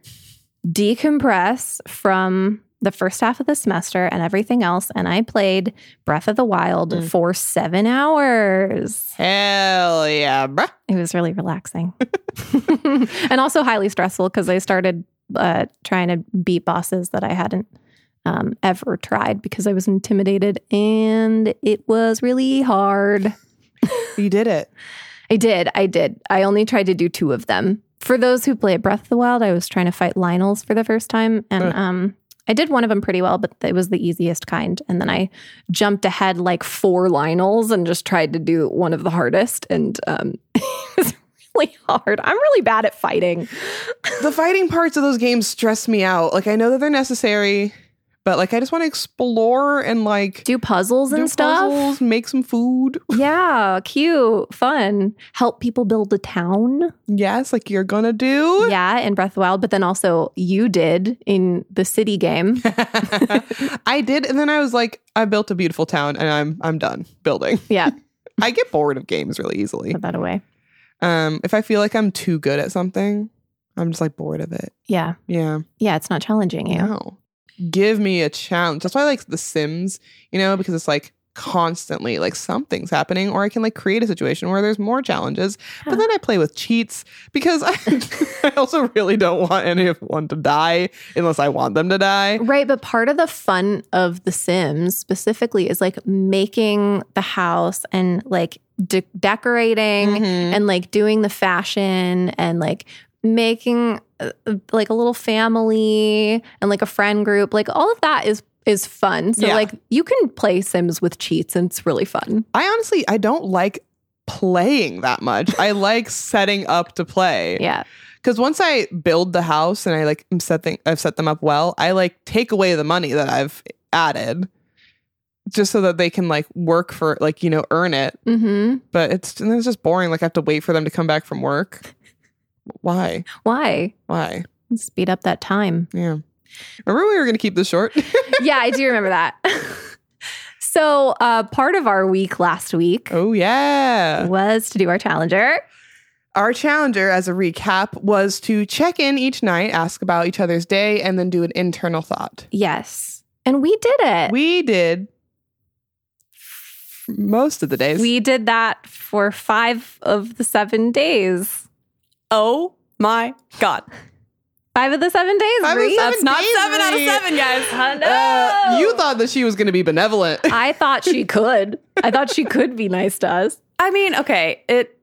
Speaker 2: decompress from the first half of the semester and everything else, and I played Breath of the Wild
Speaker 1: Mm.
Speaker 2: for seven hours.
Speaker 1: Hell yeah, bruh.
Speaker 2: It was really relaxing, and also highly stressful because I started uh, trying to beat bosses that I hadn't um, ever tried because I was intimidated, and it was really hard.
Speaker 1: You did it.
Speaker 2: I did, I did. I only tried to do two of them. For those who play Breath of the Wild, I was trying to fight Lionels for the first time, and
Speaker 1: Ugh.
Speaker 2: um, I did one of them pretty well, but it was the easiest kind. And then I jumped ahead like four Lionels and just tried to do one of the hardest, and um, it was really hard. I'm really bad at fighting.
Speaker 1: The fighting parts of those games stress me out. Like I know that they're necessary, but like I just want to explore and like
Speaker 2: Do puzzles and
Speaker 1: do
Speaker 2: stuff.
Speaker 1: puzzles, make some food.
Speaker 2: Yeah, cute, fun. Help people build a town.
Speaker 1: Yes, like you're gonna do.
Speaker 2: Yeah, in Breath of the Wild, but then also you did in the city game.
Speaker 1: I did, and then I was like, I built a beautiful town and I'm I'm done building.
Speaker 2: Yeah,
Speaker 1: I get bored of games really easily.
Speaker 2: put that away.
Speaker 1: Um, if I feel like I'm too good at something, I'm just like bored of it.
Speaker 2: Yeah,
Speaker 1: Yeah.
Speaker 2: yeah, it's not challenging you.
Speaker 1: No. Give me a challenge. That's why I like The Sims, you know, because it's like constantly like something's happening, or I can like create a situation where there's more challenges. But
Speaker 2: Yeah.
Speaker 1: then I play with cheats because I, I also really don't want anyone to die unless I want them to die.
Speaker 2: Right, but part of the fun of The Sims specifically is like making the house and like de- decorating
Speaker 1: Mhm.
Speaker 2: and like doing the fashion and like making uh, uh, like a little family and like a friend group like all of that is is fun so
Speaker 1: Yeah.
Speaker 2: like you can play sims with cheats and it's really fun
Speaker 1: I honestly I don't like playing that much. I like setting up to play.
Speaker 2: yeah
Speaker 1: Because once I build the house and I like am set thing, I've set them up well, I like take away the money that I've added just so that they can like work for like you know earn it.
Speaker 2: mm-hmm
Speaker 1: But it's and then it's just boring. Like I have to wait for them to come back from work. Why?
Speaker 2: why
Speaker 1: Why?
Speaker 2: speed up that time
Speaker 1: Yeah. Remember we were gonna keep this short.
Speaker 2: yeah i do remember that So, uh, part of our week last week
Speaker 1: Oh, yeah.
Speaker 2: was to do our challenger.
Speaker 1: Our challenger, as a recap, was to check in each night, ask about each other's day, and then do an internal thought.
Speaker 2: Yes. And we did it.
Speaker 1: We did most of the days.
Speaker 2: We did that for five of the seven days.
Speaker 3: Oh my God.
Speaker 2: Five of the seven days.
Speaker 1: Five of the
Speaker 2: Bree.
Speaker 1: seven-
Speaker 3: That's not
Speaker 1: days,
Speaker 3: seven out of
Speaker 1: Bree.
Speaker 3: seven, guys.
Speaker 2: I know.
Speaker 1: Uh, you thought that she was going to be benevolent.
Speaker 2: I thought she could. I thought she could be nice to us.
Speaker 3: I mean, okay, it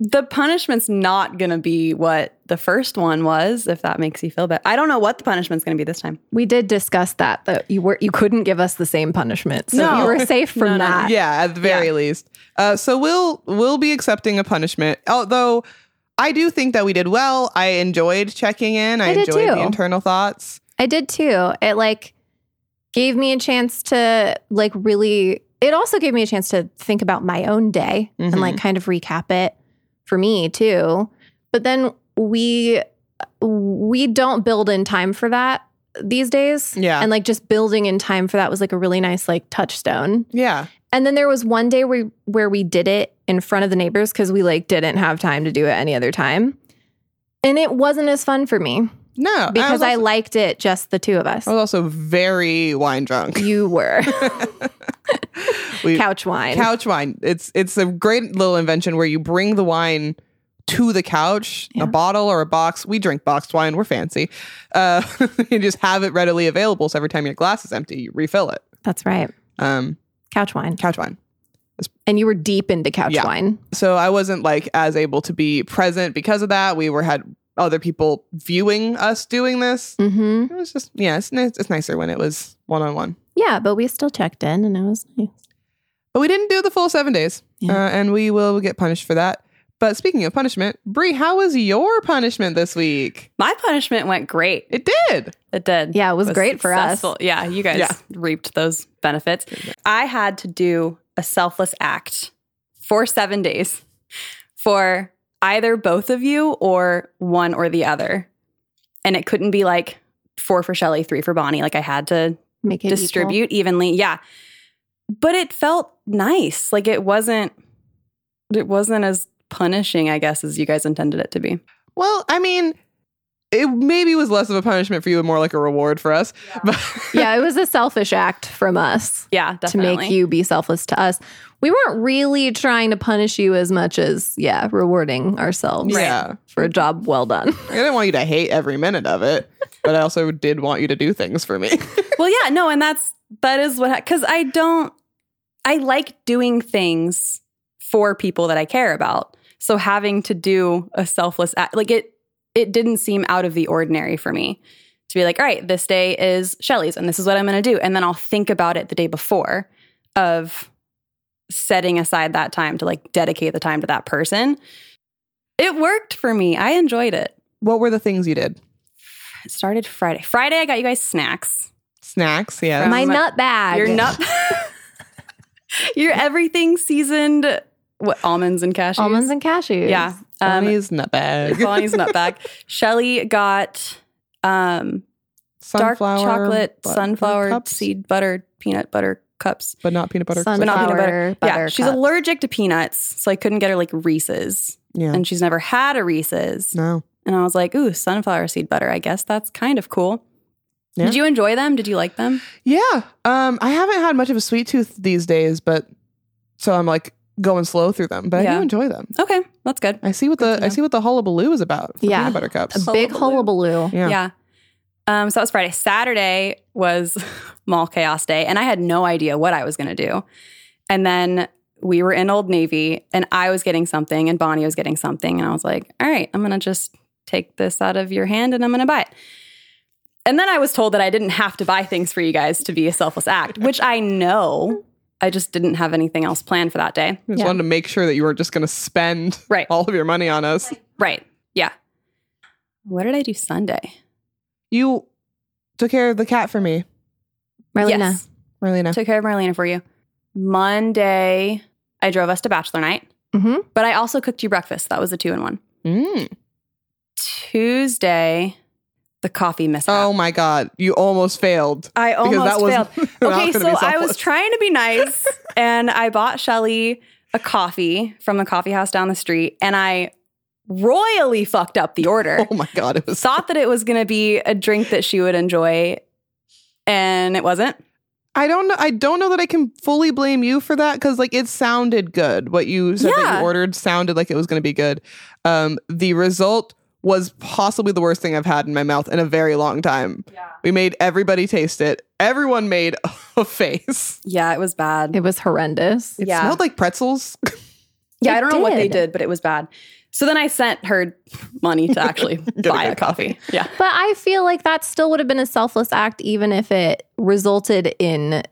Speaker 3: the punishment's not gonna be what the first one was, if that makes you feel better. I don't know what the punishment's gonna be this time.
Speaker 2: We did discuss that that you were you couldn't give us the same punishment, so
Speaker 3: No.
Speaker 2: you were safe from
Speaker 3: No, no, no.
Speaker 2: that.
Speaker 1: yeah, at the very least. Uh, so we'll we'll be accepting a punishment. Although I do think that we did well. I enjoyed checking in. I,
Speaker 2: I did
Speaker 1: enjoyed
Speaker 2: too.
Speaker 1: the internal thoughts.
Speaker 2: I did too. It like gave me a chance to like really it also gave me a chance to think about my own day
Speaker 1: Mhm.
Speaker 2: and like kind of recap it for me too. But then we we don't build in time for that these days.
Speaker 1: Yeah.
Speaker 2: And like just building in time for that was like a really nice like touchstone.
Speaker 1: Yeah.
Speaker 2: And then there was one day where where we did it in front of the neighbors because we like didn't have time to do it any other time. And it wasn't as fun for me
Speaker 1: No,
Speaker 2: because I,
Speaker 1: was also, Oh.
Speaker 2: liked it just the two of us.
Speaker 1: I was also very wine drunk.
Speaker 2: You were
Speaker 1: We-
Speaker 2: couch wine.
Speaker 1: couch wine. It's it's a great little invention where you bring the wine to the couch,
Speaker 2: Yeah.
Speaker 1: a bottle or a box. We drink boxed wine. We're fancy. Uh, you just have it readily available. So every time your glass is empty, you refill it.
Speaker 2: That's right,
Speaker 1: Um,
Speaker 2: couch wine.
Speaker 1: couch wine.
Speaker 2: And you were deep into couch
Speaker 1: Yeah.
Speaker 2: wine.
Speaker 1: So I wasn't like as able to be present because of that. We were had other people viewing us doing this.
Speaker 2: hmm
Speaker 1: It was just yeah, it's, ni- it's nicer when it was one on one.
Speaker 2: Yeah, but we still checked in, and it was nice.
Speaker 1: But we didn't do the full seven days,
Speaker 2: Yeah.
Speaker 1: uh, and we will get punished for that. But speaking of punishment, Brie, how was your punishment this week?
Speaker 3: My punishment went great.
Speaker 1: It did.
Speaker 3: It did.
Speaker 2: Yeah, it was, great for us.
Speaker 3: successful. Yeah, you guys
Speaker 1: Yeah.
Speaker 3: reaped those benefits. I had to do a selfless act for seven days for either both of you or one or the other. And it couldn't be like four for Shelly, three for Bonnie. Like I had to
Speaker 2: Make it equal.
Speaker 3: distribute evenly. Yeah. But it felt nice. Like it wasn't it wasn't as punishing, I guess, as you guys intended it to be.
Speaker 1: Well, I mean, it maybe was less of a punishment for you and more like a reward for us. But
Speaker 2: yeah, it was a selfish act from us.
Speaker 3: Yeah, definitely.
Speaker 2: to make you be selfless to us. We weren't really trying to punish you as much as, yeah, rewarding ourselves
Speaker 1: yeah,
Speaker 2: for a job well done.
Speaker 1: I didn't want you to hate every minute of it, but I also did want you to do things for me.
Speaker 3: well yeah no and that's that is what because i don't i like doing things for people that i care about so having to do a selfless act like it it didn't seem out of the ordinary for me to be like all right this day is shelly's and this is what i'm going to do and then i'll think about it the day before of setting aside that time to like dedicate the time to that person it worked for me i enjoyed it
Speaker 1: what were the things you did?
Speaker 3: it started friday friday i got you guys snacks
Speaker 1: Snacks, yeah.
Speaker 3: From
Speaker 2: My
Speaker 3: my-
Speaker 2: nut bag.
Speaker 3: Um, Your nut. your everything seasoned what almonds and cashews.
Speaker 2: Almonds and cashews.
Speaker 3: yeah. Um,
Speaker 1: Bonnie's nut bag.
Speaker 3: Bonnie's nut bag. Shelly got um, dark
Speaker 1: Sunflower
Speaker 3: chocolate
Speaker 1: butter
Speaker 3: sunflower
Speaker 1: cups,
Speaker 3: seed butter peanut butter cups.
Speaker 1: but not peanut butter.
Speaker 2: Sunflower
Speaker 3: But not peanut
Speaker 2: butter.
Speaker 3: yeah, she's
Speaker 2: cup.
Speaker 3: allergic to peanuts, so I couldn't get her like Reese's,
Speaker 1: Yeah.
Speaker 3: and she's never had a Reese's.
Speaker 1: no.
Speaker 3: And I was like, "Ooh, sunflower seed butter. I guess that's kind of cool."
Speaker 1: Yeah.
Speaker 3: Did you enjoy them? Did you like them?
Speaker 1: Yeah. Um, I haven't had much of a sweet tooth these days, but so I'm like going slow through them. But I
Speaker 3: Yeah.
Speaker 1: do enjoy them.
Speaker 3: Okay, that's good.
Speaker 1: I see what the
Speaker 3: to
Speaker 1: I
Speaker 3: know.
Speaker 1: see what the hullabaloo is about. For
Speaker 2: Yeah.
Speaker 1: Peanut butter cups.
Speaker 2: a big hullabaloo.
Speaker 1: Yeah.
Speaker 3: Yeah. Um, so that was Friday. Saturday was mall chaos day, and I had no idea what I was going to do. And then we were in Old Navy, and I was getting something, and Bonnie was getting something. And I was like, all right, I'm going to just take this out of your hand and I'm going to buy it. And then I was told that I didn't have to buy things for you guys to be a selfless act, which I know. I just didn't have anything else planned for that day.
Speaker 1: I just
Speaker 2: Yeah.
Speaker 1: wanted to make sure that you weren't just going to spend
Speaker 3: Right.
Speaker 1: all of your money on us.
Speaker 3: Right. Yeah. What did I do Sunday?
Speaker 1: You took care of the cat for me,
Speaker 2: Marlena.
Speaker 3: Yes.
Speaker 1: Marlena.
Speaker 3: Took care of Marlena for you. Monday, I drove us to bachelor night,
Speaker 1: Mm-hmm.
Speaker 2: Mhm.
Speaker 3: but I also cooked you breakfast. That was a two in one.
Speaker 1: Mm.
Speaker 3: Tuesday, the coffee mishap.
Speaker 1: Oh my god, you almost failed.
Speaker 3: I
Speaker 1: Because
Speaker 3: almost
Speaker 1: that was
Speaker 3: failed.
Speaker 1: not gonna
Speaker 3: Okay, so
Speaker 1: be
Speaker 3: I was
Speaker 1: selfless.
Speaker 3: trying to be nice and I bought Shelly a coffee from the coffee house down the street and I royally fucked up the order.
Speaker 1: Oh my god, it was
Speaker 3: Thought that it was going to be a drink that she would enjoy and it wasn't.
Speaker 1: I don't know. I don't know that I can fully blame you for that because like it sounded good. What you said that
Speaker 3: Yeah.
Speaker 1: you ordered sounded like it was going to be good. Um, the result was possibly the worst thing I've had in my mouth in a very long time. We made everybody taste it. Everyone made a face.
Speaker 3: Yeah, it was bad.
Speaker 2: It was horrendous.
Speaker 1: It
Speaker 3: Yeah.
Speaker 1: smelled like pretzels.
Speaker 3: yeah, I
Speaker 2: It
Speaker 3: don't know what they
Speaker 2: did.
Speaker 3: did, but it was bad. So then I sent her money to actually
Speaker 1: a
Speaker 3: buy
Speaker 1: good
Speaker 3: a coffee. Yeah.
Speaker 2: But I feel like that still would have been a selfless act, even if it resulted in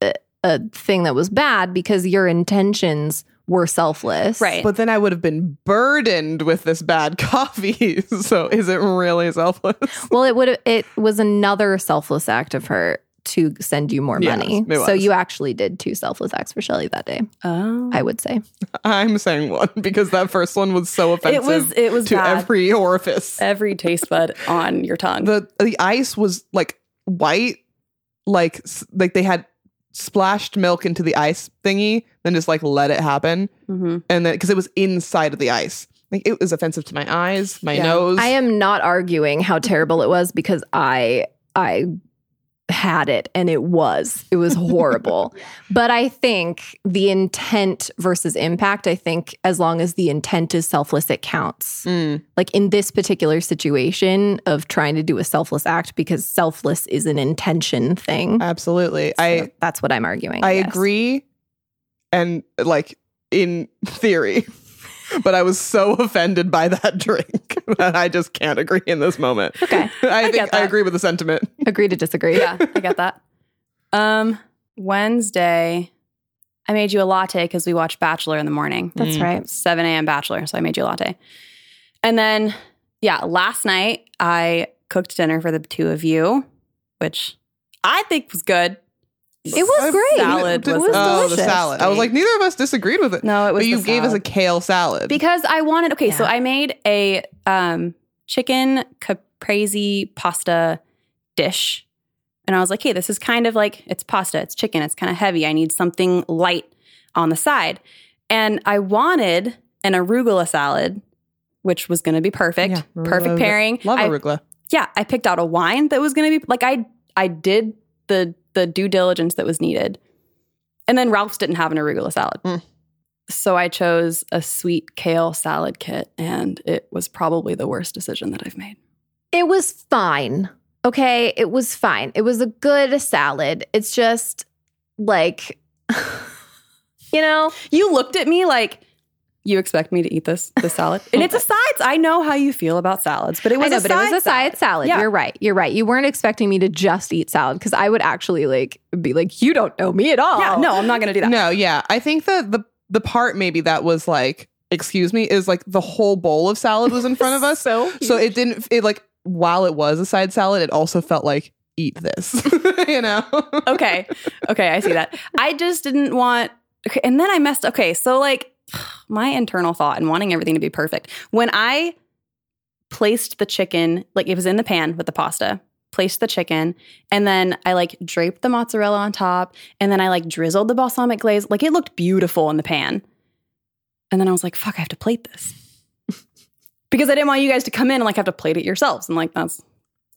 Speaker 2: a, a thing that was bad, because your intentions were selfless.
Speaker 3: Right.
Speaker 1: but then I would have been burdened with this bad coffee. so is it really selfless?
Speaker 2: Well, it would have. It was another selfless act of her to send you more
Speaker 1: Yes,
Speaker 2: money.
Speaker 1: it
Speaker 2: So
Speaker 1: was. Mm-hmm.
Speaker 2: you actually did two selfless acts for Shelly that day.
Speaker 3: Oh.
Speaker 2: I would say.
Speaker 1: I'm saying one because that first one was so
Speaker 3: it
Speaker 1: offensive
Speaker 3: was it was
Speaker 1: to
Speaker 3: bad. Every,
Speaker 1: every orifice.
Speaker 3: taste bud on your tongue.
Speaker 1: the the ice was like white like s- like they had splashed milk into the ice thingy then just like let it happen
Speaker 3: hmm
Speaker 1: and then because it was inside of the ice like it was offensive to my eyes my
Speaker 3: Yeah.
Speaker 1: nose
Speaker 2: I am not arguing how terrible it was because I I had it and it was it was horrible. But I think the intent versus impact, I think as long as the intent is selfless it counts.
Speaker 1: Mm.
Speaker 2: Like in this particular situation of trying to do a selfless act because selfless is an intention thing.
Speaker 1: absolutely
Speaker 2: So
Speaker 1: i
Speaker 2: that's what I'm arguing.
Speaker 1: i
Speaker 2: yes.
Speaker 1: agree and like in theory but i was so offended by that drink that i just can't agree in this moment
Speaker 3: Okay.
Speaker 1: i,
Speaker 3: get
Speaker 1: think i
Speaker 3: that.
Speaker 1: agree with the sentiment
Speaker 2: Agree to disagree.
Speaker 3: Yeah, I get that. Um Wednesday I made you a latte cuz we watched Bachelor in the morning.
Speaker 2: That's
Speaker 1: Mm.
Speaker 2: right.
Speaker 3: 7 a.m. Bachelor, so I made you a latte. And then yeah, last night I cooked dinner for the two of you, which I think was good.
Speaker 2: It was
Speaker 1: I-
Speaker 2: great.
Speaker 3: Salad
Speaker 1: Did-
Speaker 3: was
Speaker 1: oh, the
Speaker 2: delicious.
Speaker 1: salad i was like neither of us disagreed with it
Speaker 3: No, it was
Speaker 1: but you
Speaker 3: the
Speaker 1: gave us a
Speaker 3: salad.
Speaker 1: kale salad
Speaker 3: because I wanted okay, so
Speaker 2: Yeah.
Speaker 3: I made a um chicken caprese pasta dish. And I was like, hey, this is kind of like it's pasta, it's chicken, it's kind of heavy. I need something light on the side. And I wanted an arugula salad, which was gonna be perfect.
Speaker 1: Yeah, arugula
Speaker 3: perfect
Speaker 1: is-
Speaker 3: pairing.
Speaker 1: love
Speaker 3: I-
Speaker 1: arugula
Speaker 3: yeah, I picked out a wine that was going to be like I I did the the due diligence that was needed. And then Ralph's didn't have an arugula salad.
Speaker 1: Mm.
Speaker 3: So I chose a sweet kale salad kit and it was probably the worst decision that I've made.
Speaker 2: It was fine. Okay. It was fine. It was a good salad. It's just like, you know,
Speaker 3: You looked at me like you expect me to eat this this salad? And it's a sides. I know how you feel about salads, but it was
Speaker 2: I know,
Speaker 3: a
Speaker 2: but it was a
Speaker 3: side
Speaker 2: side salad.
Speaker 3: Yeah.
Speaker 2: You're right. You're right. You weren't expecting me to just eat salad because I would actually like be like, you don't know me at all.
Speaker 3: Yeah, no, I'm not going to do that.
Speaker 1: No, yeah. I think that the the part maybe that was like, excuse me, is like the whole bowl of salad was in front of us.
Speaker 2: So,
Speaker 1: so it didn't it like while it was a side salad, it also felt like eat this. you know?
Speaker 3: okay. Okay, I see that. I just didn't want okay, and then I messed okay, so like my internal thought and wanting everything to be perfect. When I placed the chicken, like it was in the pan with the pasta, placed the chicken, and then I like draped the mozzarella on top, and then I like drizzled the balsamic glaze. Like it looked beautiful in the pan. And then I was like, fuck, I have to plate this. because I didn't want you guys to come in and like have to plate it yourselves. And like that's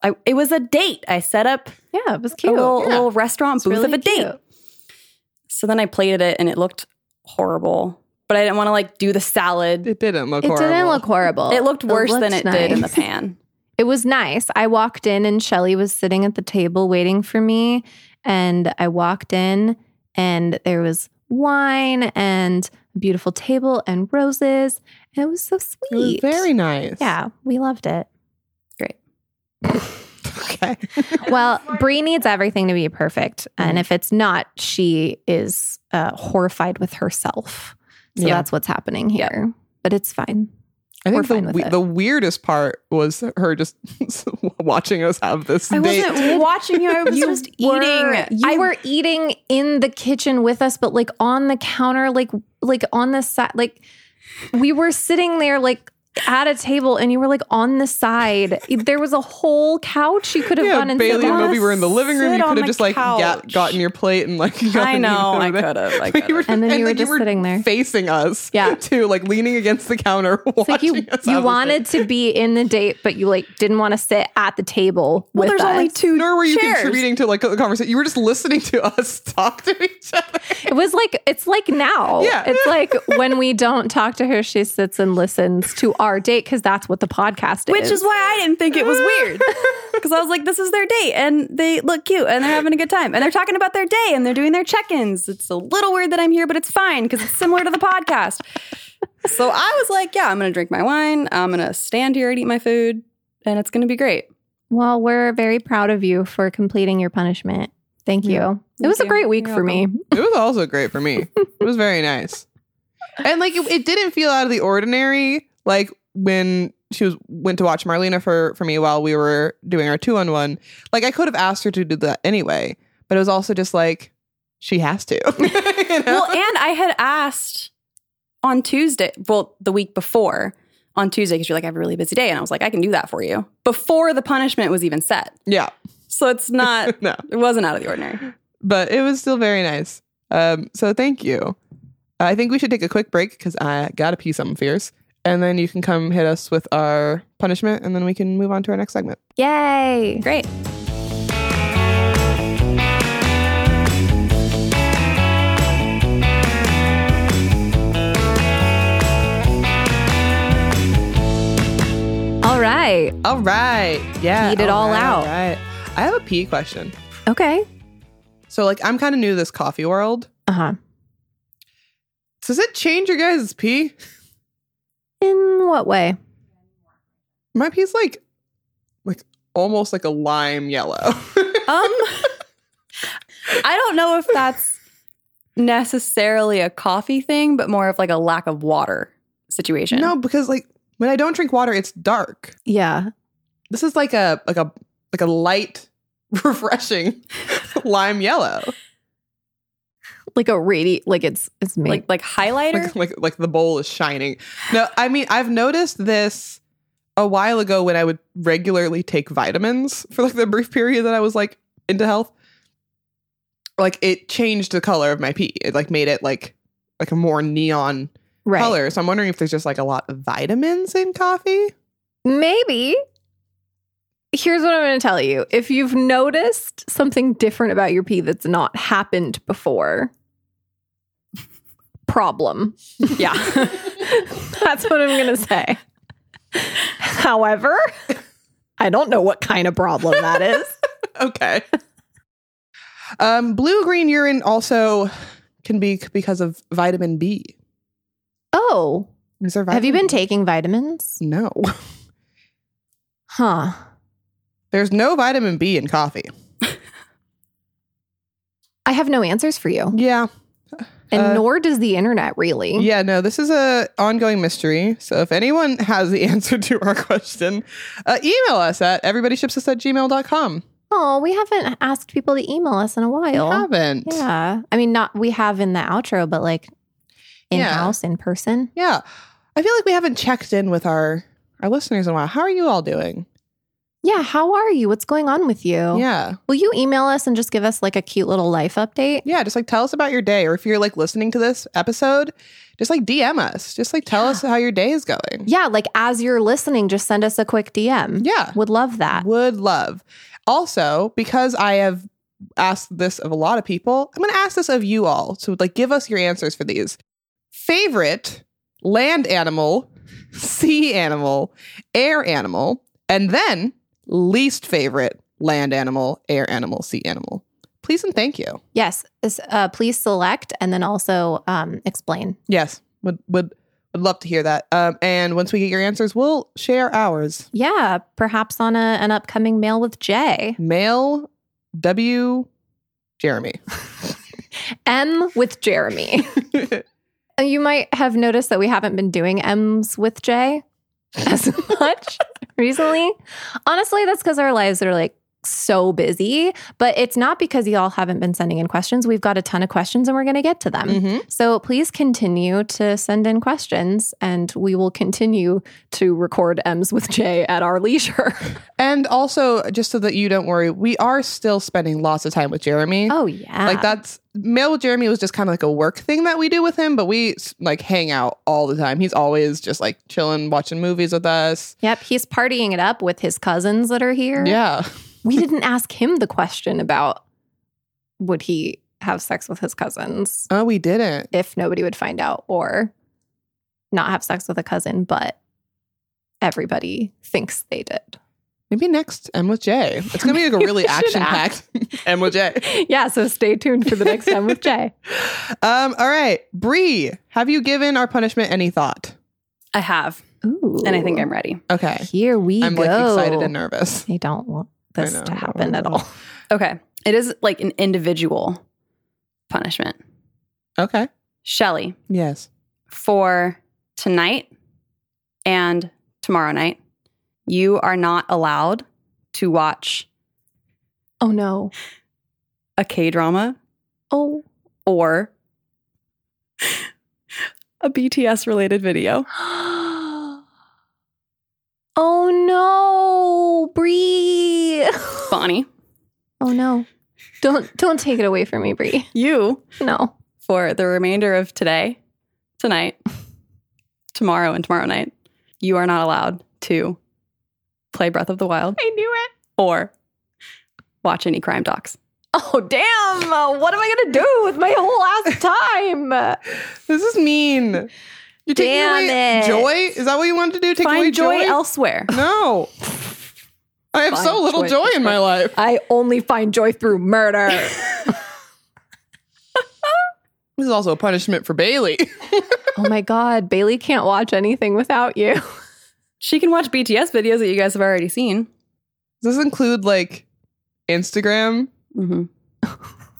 Speaker 3: I, it was a date. I set up
Speaker 2: yeah, it was
Speaker 3: a
Speaker 2: cute.
Speaker 3: little,
Speaker 1: yeah.
Speaker 3: little restaurant
Speaker 2: It's
Speaker 3: booth
Speaker 2: really
Speaker 3: of a date.
Speaker 2: cute.
Speaker 3: So then I plated it and it looked horrible. But I didn't want to like do the salad.
Speaker 1: It didn't look
Speaker 2: It
Speaker 1: horrible.
Speaker 2: didn't look horrible.
Speaker 3: it looked worse than it
Speaker 2: looked
Speaker 3: did in the
Speaker 2: nice.
Speaker 3: pan.
Speaker 2: It was nice. I walked in and Shelly was sitting at the table waiting for me. And I walked in and there was wine and a beautiful table and roses. And it was so
Speaker 1: It was
Speaker 2: sweet.
Speaker 1: very nice.
Speaker 2: yeah, we loved it.
Speaker 3: Great.
Speaker 1: Okay.
Speaker 2: Well, Brie needs everything to be perfect.
Speaker 1: Mm.
Speaker 2: And if it's not, she is uh, horrified with herself. So
Speaker 1: Yeah.
Speaker 2: that's what's happening here. But it's fine.
Speaker 1: I
Speaker 2: We're
Speaker 1: think the,
Speaker 2: fine with
Speaker 1: we-
Speaker 2: it.
Speaker 1: the weirdest part was her just watching us have this
Speaker 3: I
Speaker 1: date.
Speaker 3: wasn't watching you. I was just
Speaker 2: were-
Speaker 3: eating.
Speaker 2: You
Speaker 3: I
Speaker 2: were eating in the kitchen with us, but like on the counter, like like on the side, like we were sitting there, like at a table and you were like on the side. There was a whole couch you could have
Speaker 1: yeah,
Speaker 2: gone and
Speaker 1: Bailey
Speaker 2: sit
Speaker 1: and
Speaker 2: on.
Speaker 1: Moby were in the living room.
Speaker 3: Sit
Speaker 1: You
Speaker 3: on
Speaker 1: could have
Speaker 3: the
Speaker 1: just like got,
Speaker 3: couch.
Speaker 1: gotten your plate and like. gotten
Speaker 3: I know, I
Speaker 1: eaten.
Speaker 3: could've, I
Speaker 1: But you
Speaker 3: could've.
Speaker 2: And then you were
Speaker 1: like,
Speaker 2: just sitting there.
Speaker 1: facing us.
Speaker 2: Yeah.
Speaker 1: too, like leaning against the counter.
Speaker 2: It's like you you wanted to be in the date, but you like didn't want to sit at the table. with
Speaker 3: Well, there's
Speaker 2: us.
Speaker 3: only two.
Speaker 1: Nor were you
Speaker 3: chairs.
Speaker 1: contributing to like the conversation. You were just listening to us talk to each other.
Speaker 2: It was like it's like now.
Speaker 1: Yeah.
Speaker 2: It's like when we don't talk to her, she sits and listens to our date because that's what the podcast
Speaker 3: Which
Speaker 2: is.
Speaker 3: is why I didn't think it was weird. Because I was like, this is their date and they look cute and they're having a good time and they're talking about their day and they're doing their check ins. It's a little weird that I'm here, but it's fine because it's similar to the podcast. So I was like, yeah, I'm going to drink my wine. I'm going to stand here and eat my food and it's going to be great.
Speaker 2: well, we're very proud of you for completing your punishment. Thank you. it
Speaker 3: Thank
Speaker 2: was a
Speaker 3: you.
Speaker 2: great week
Speaker 3: You're
Speaker 2: for me.
Speaker 1: It was also great for me. It was very nice. And like it, it didn't feel out of the ordinary like when she was went to watch Marlena for for me while we were doing our 2 on 1. Like I could have asked her to do that anyway, but it was also just like she has to. You know?
Speaker 3: Well, and I had asked on Tuesday, well, the week before on Tuesday, because you're like, I have a really busy day. And I was like, I can do that for you before the punishment was even set.
Speaker 1: yeah.
Speaker 3: So it's not,
Speaker 1: No.
Speaker 3: it wasn't out of the ordinary.
Speaker 1: But it was still very nice. Um so thank you. I think we should take a quick break cuz I got to pee something fierce and then you can come hit us with our punishment and then we can move on to our next segment.
Speaker 2: Yay.
Speaker 3: Great.
Speaker 2: All right.
Speaker 1: All right. Yeah.
Speaker 2: Eat it all
Speaker 1: right,
Speaker 2: out.
Speaker 1: All right. I have a pee question.
Speaker 2: Okay.
Speaker 1: So, like, I'm kind of new to this coffee world.
Speaker 2: Uh-huh.
Speaker 1: Does it change your guys' pee?
Speaker 2: In what way?
Speaker 1: My pee's like, like almost like a lime yellow.
Speaker 3: Um, I don't know if that's necessarily a coffee thing, but more of like a lack of water situation.
Speaker 1: no, because like when I don't drink water, it's dark.
Speaker 2: Yeah.
Speaker 1: This is like a like a like a light, refreshing lime yellow,
Speaker 2: Like a radi like it's it's made.
Speaker 3: like like highlighter.
Speaker 1: like like like the bowl is shining. No, I mean I've noticed this a while ago when I would regularly take vitamins for like the brief period that I was like into health. Like it changed the color of my pee. It like made it like like a more neon
Speaker 2: right.
Speaker 1: color. So I'm wondering if there's just like a lot of vitamins in coffee.
Speaker 2: Maybe. Here's what I'm going to tell you. If you've noticed something different about your pee that's not happened before, problem.
Speaker 3: yeah,
Speaker 2: That's what I'm going to say. However, I don't know what kind of problem that is.
Speaker 1: Okay. um, blue green urine also can be c- because of vitamin B.
Speaker 2: Oh,
Speaker 1: Is there
Speaker 2: have you been
Speaker 1: vitamin
Speaker 2: taking vitamins?
Speaker 1: B? No.
Speaker 2: Huh.
Speaker 1: There's no vitamin B in coffee.
Speaker 2: I have no answers for you.
Speaker 1: Yeah.
Speaker 2: And
Speaker 1: Uh,
Speaker 2: nor does the internet really.
Speaker 1: Yeah, no, this is a ongoing mystery. So if anyone has the answer to our question, uh, email us at everybodyshipsus at gmail.com.
Speaker 2: Oh, we haven't asked people to email us in a
Speaker 1: I
Speaker 2: while.
Speaker 1: haven't.
Speaker 2: Yeah. I mean, not we have in the outro, but like in
Speaker 1: Yeah.
Speaker 2: house, in person.
Speaker 1: Yeah. I feel like we haven't checked in with our, our listeners in a while. How are you all doing?
Speaker 2: Yeah. How are you? What's going on with you?
Speaker 1: Yeah.
Speaker 2: Will you email us and just give us like a cute little life update?
Speaker 1: Yeah. Just like tell us about your day. Or if you're like listening to this episode, just like DM us. Just like tell us how your day is going.
Speaker 2: Yeah. Like as you're listening, just send us a quick DM.
Speaker 1: Yeah.
Speaker 2: Would love that.
Speaker 1: Would love. Also, because I have asked this of a lot of people, I'm going to ask this of you all. So, like, give us your answers for these. Favorite land animal, sea animal, air animal, and then least favorite land animal, air animal, sea animal. Please and thank you.
Speaker 2: Yes. is- Uh, please select and then also um, explain.
Speaker 1: Yes, would would would love to hear that. Um, and once we get your answers, we'll share ours.
Speaker 2: Yeah. Perhaps on a, an upcoming Mail with J.
Speaker 1: Male W. Jeremy.
Speaker 2: M with Jeremy. And Uh, you might have noticed that we haven't been doing M's with J as much recently. Honestly, that's because our lives are like so busy, but it's not because y'all haven't been sending in questions. We've got a ton of questions and we're going to get to them.
Speaker 1: Mm-hmm.
Speaker 2: So please continue to send in questions and we will continue to record M's with J at our leisure.
Speaker 1: And also, just so that you don't worry, we are still spending lots of time with Jeremy.
Speaker 2: oh, yeah.
Speaker 1: Like that's mail with Jeremy was just kind of like a work thing that we do with him, but we like hang out all the time. He's always just like chilling, watching movies with us.
Speaker 2: Yep. He's partying it up with his cousins that are here.
Speaker 1: Yeah,
Speaker 2: We didn't ask him the question about would he have sex with his cousins
Speaker 1: oh, we didn't.
Speaker 2: if nobody would find out or not have sex with a cousin, but everybody thinks they did.
Speaker 1: Maybe next M with J. It's gonna be like a really
Speaker 2: We should
Speaker 1: action packed M with J.
Speaker 2: Yeah. So stay tuned for the next time with Jay.
Speaker 1: Um, all right, Bree, have you given our punishment any thought?
Speaker 3: I have,
Speaker 2: Ooh.
Speaker 3: and I think I'm ready.
Speaker 1: Okay,
Speaker 2: Here we
Speaker 1: I'm
Speaker 2: go.
Speaker 1: like excited and nervous.
Speaker 2: I don't want
Speaker 1: I
Speaker 2: this
Speaker 1: know.
Speaker 2: to happen at all.
Speaker 3: Okay. It is like an individual punishment.
Speaker 1: Okay,
Speaker 3: Shelly,
Speaker 1: yes,
Speaker 3: for tonight and tomorrow night, you are not allowed to watch
Speaker 2: Oh no.
Speaker 3: a K drama
Speaker 2: Oh.
Speaker 3: or a BTS related video.
Speaker 2: oh no, Bree.
Speaker 3: Bonnie,
Speaker 2: oh no. Don't don't take it away from me, Bree.
Speaker 3: you
Speaker 2: No.
Speaker 3: for the remainder of today, tonight, tomorrow, and tomorrow night, you are not allowed to play Breath of the Wild
Speaker 2: I knew it.
Speaker 3: or watch any crime docs.
Speaker 2: Oh damn. Uh, What am I going to do with my whole ass time?
Speaker 1: this is mean. You're taking
Speaker 2: Damn
Speaker 1: away
Speaker 2: it.
Speaker 1: joy. Is that what you wanted to do? Take away
Speaker 3: Find joy,
Speaker 1: joy?
Speaker 3: elsewhere.
Speaker 1: No, I have so
Speaker 3: Find
Speaker 1: little
Speaker 3: joy
Speaker 1: joy in my life.
Speaker 2: I only find joy through murder.
Speaker 1: This is also a punishment for Bailey.
Speaker 2: oh my god, Bailey can't watch anything without you.
Speaker 3: She can watch BTS videos that you guys have already seen.
Speaker 1: Does this include like Instagram?
Speaker 3: Mm-hmm.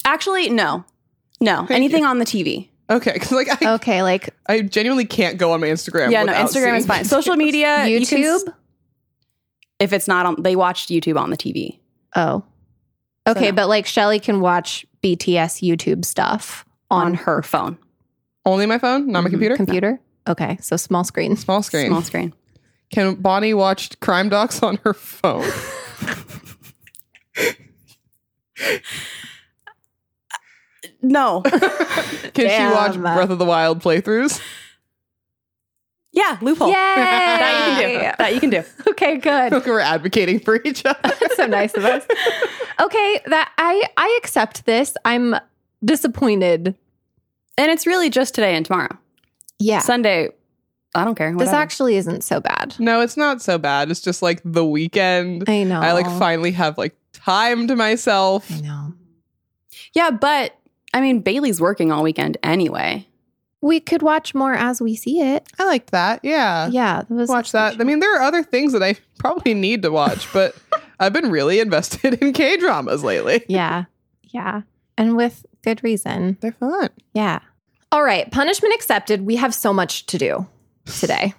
Speaker 3: Actually, no, no, anything on the TV.
Speaker 1: Okay, because like I,
Speaker 2: Okay, like
Speaker 1: I genuinely can't go on my Instagram.
Speaker 3: yeah, no,
Speaker 1: without
Speaker 3: Instagram is
Speaker 1: seeing-
Speaker 3: fine. Social media, you can
Speaker 2: YouTube?
Speaker 3: s- if it's not on, they watched YouTube on the TV.
Speaker 2: Oh. Okay,
Speaker 3: no.
Speaker 2: but like Shelly can watch BTS YouTube stuff on,
Speaker 3: on
Speaker 2: her
Speaker 3: her phone,
Speaker 1: Only my phone, not my
Speaker 3: Mhm.
Speaker 1: computer.
Speaker 2: computer. Okay, so small screen.
Speaker 1: Small screen.
Speaker 3: small screen.
Speaker 1: Can Bonnie watch crime docs on her phone?
Speaker 3: No,
Speaker 1: Can she watch
Speaker 2: Damn.
Speaker 1: Breath of the Wild playthroughs?
Speaker 3: yeah, loophole.
Speaker 2: Yay!
Speaker 3: That you can do. That you can do.
Speaker 2: Okay, good.
Speaker 1: Look, we're advocating for each other.
Speaker 2: That's so nice of us. Okay, that I I accept this. I'm disappointed.
Speaker 3: And it's really just today and tomorrow.
Speaker 2: Yeah.
Speaker 3: Sunday, I don't care.
Speaker 2: this
Speaker 3: whatever.
Speaker 2: actually isn't so bad.
Speaker 1: No, it's not so bad. It's just like the weekend.
Speaker 2: I know.
Speaker 1: I like finally have like time to myself.
Speaker 2: I know.
Speaker 3: yeah, but I mean, Bailey's working all weekend anyway.
Speaker 2: We could watch more as we see it.
Speaker 1: I liked that. Yeah.
Speaker 2: Yeah, that was
Speaker 1: Watch that. I mean, there are other things that I probably need to watch, but I've been really invested in K dramas lately.
Speaker 2: Yeah. Yeah. And with good reason.
Speaker 1: They're fun.
Speaker 2: Yeah. All right. Punishment accepted. We have so much to do today.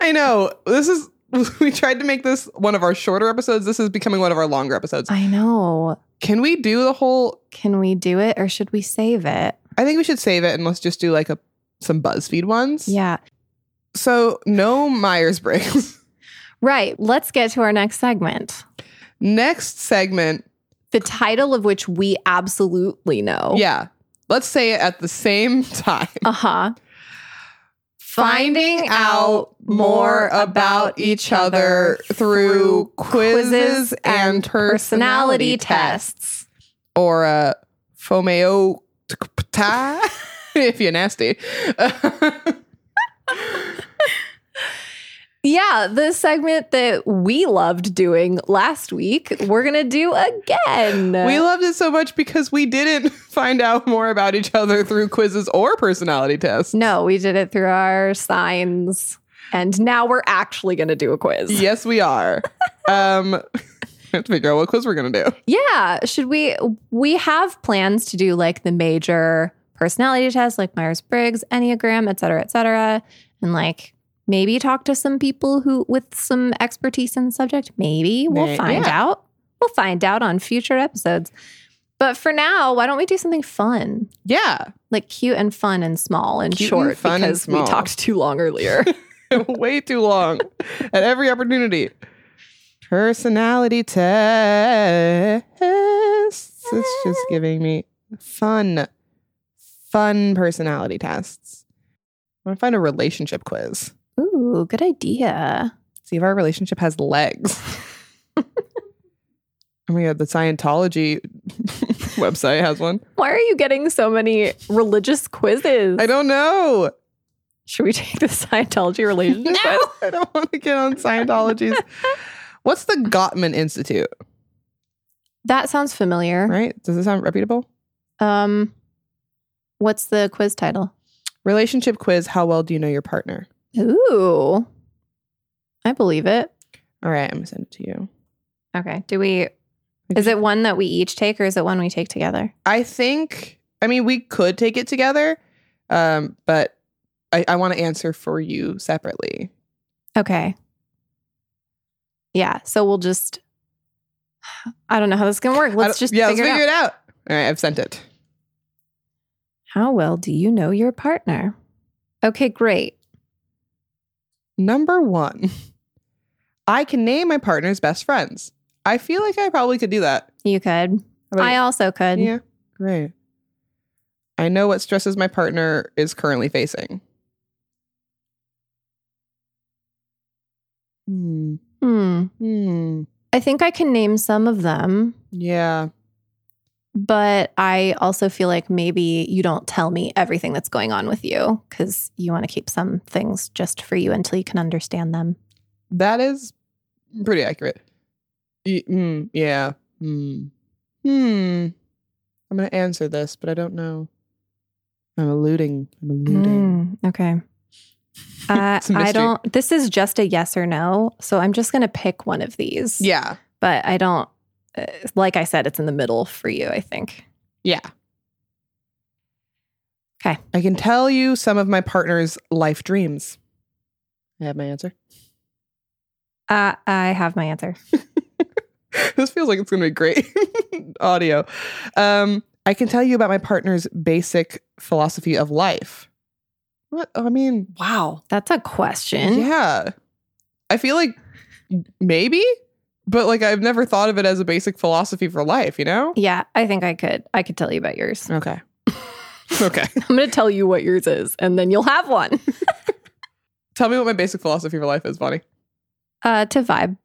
Speaker 1: I know. This is we tried to make this one of our shorter episodes. This is becoming one of our longer episodes.
Speaker 2: I know.
Speaker 1: Can we do the whole
Speaker 2: Can we do it or should we save it?
Speaker 1: I think we should save it and let's just do like a some BuzzFeed ones.
Speaker 2: Yeah.
Speaker 1: So no Myers Briggs.
Speaker 2: Right. Let's get to our next segment.
Speaker 1: Next segment.
Speaker 2: The title of which we absolutely know.
Speaker 1: Yeah. Let's say it at the same time.
Speaker 2: Uh huh.
Speaker 1: Finding out more about each other through quizzes and personality tests. Or uh Fomeo if you're nasty.
Speaker 2: Yeah, the segment that we loved doing last week, we're going to do again.
Speaker 1: We loved it so much because we didn't find out more about each other through quizzes or personality tests.
Speaker 2: No, we did it through our signs. And now we're actually going to do a quiz.
Speaker 1: Yes, we are. um, we have to figure out what quiz we're gonna do.
Speaker 2: Yeah. Should we? We have plans to do like the major personality tests, like Myers Briggs, Enneagram, et cetera, et cetera. And like maybe talk to some people who with some expertise in the subject. Maybe we'll
Speaker 1: May-
Speaker 2: find
Speaker 1: yeah.
Speaker 2: out. We'll find out on future episodes. But for now, why don't we do something fun?
Speaker 1: Yeah.
Speaker 2: Like cute and fun and small and
Speaker 1: Cute and
Speaker 2: short
Speaker 1: fun and
Speaker 2: because
Speaker 1: small.
Speaker 2: we talked too long earlier.
Speaker 1: Way too long at every opportunity. Personality tests. It's just giving me fun, fun personality tests. I'm gonna find a relationship quiz.
Speaker 2: Ooh, good idea.
Speaker 1: See if our relationship has legs. oh my god, the Scientology website has one.
Speaker 2: Why are you getting so many religious quizzes?
Speaker 1: I don't know.
Speaker 2: Should we take the Scientology relationship? quiz?
Speaker 1: I don't want to get on Scientology's. What's the Gottman Institute?
Speaker 2: That sounds familiar.
Speaker 1: Right? Does it sound reputable?
Speaker 2: Um, what's the quiz title?
Speaker 1: Relationship quiz How well do you know your partner?
Speaker 2: Ooh, I believe it.
Speaker 1: All right, I'm going to send it to you.
Speaker 2: Okay. Do we? Is it one that we each take, or is it one we take together?
Speaker 1: I think, I mean, we could take it together, um, but I, I want to answer for you separately.
Speaker 2: Okay. Yeah. So we'll just. I don't know how this is gonna work.
Speaker 1: I
Speaker 2: Let's
Speaker 1: don't-
Speaker 2: just
Speaker 1: yeah,
Speaker 2: figure,
Speaker 1: let's figure
Speaker 2: it out.
Speaker 1: it out. All right, I've sent it.
Speaker 2: How well do you know your partner? Okay, great.
Speaker 1: Number one, I can name my partner's best friends. I feel like I probably could do that.
Speaker 2: You could.
Speaker 1: How about
Speaker 2: I also could.
Speaker 1: you? yeah, great. I know what stresses my partner is currently facing. Hmm.
Speaker 2: Hmm.
Speaker 1: Hmm.
Speaker 2: I think I can name some of them,
Speaker 1: Yeah.
Speaker 2: but I also feel like maybe you don't tell me everything that's going on with you because you want to keep some things just for you until you can understand them.
Speaker 1: That is pretty accurate. Y- mm, yeah. Mm. Hmm. I'm going to answer this, but I don't know. I'm alluding. I'm alluding.
Speaker 2: Mm, okay. Uh,
Speaker 1: It's a
Speaker 2: I
Speaker 1: mystery.
Speaker 2: don't. This is just a yes or no. So I'm just going to pick one of these.
Speaker 1: Yeah.
Speaker 2: But I don't. Uh, like I said, it's in the middle for you. I think.
Speaker 1: Yeah.
Speaker 2: 'Kay.
Speaker 1: I can tell you some of my partner's life dreams. I have my answer.
Speaker 2: Uh, I have my answer.
Speaker 1: this feels like it's going to be great audio. Um, I can tell you about my partner's basic philosophy of life. What? I mean,
Speaker 3: Wow.
Speaker 2: That's a question.
Speaker 1: Yeah. I feel like maybe, but like I've never thought of it as a basic philosophy for life, you know?
Speaker 2: Yeah, I think I could. I could tell you about yours.
Speaker 1: Okay. okay.
Speaker 2: I'm going to tell you what yours is, and then you'll have one.
Speaker 1: Tell me what my basic philosophy for life is, Bonnie.
Speaker 2: Uh, to vibe.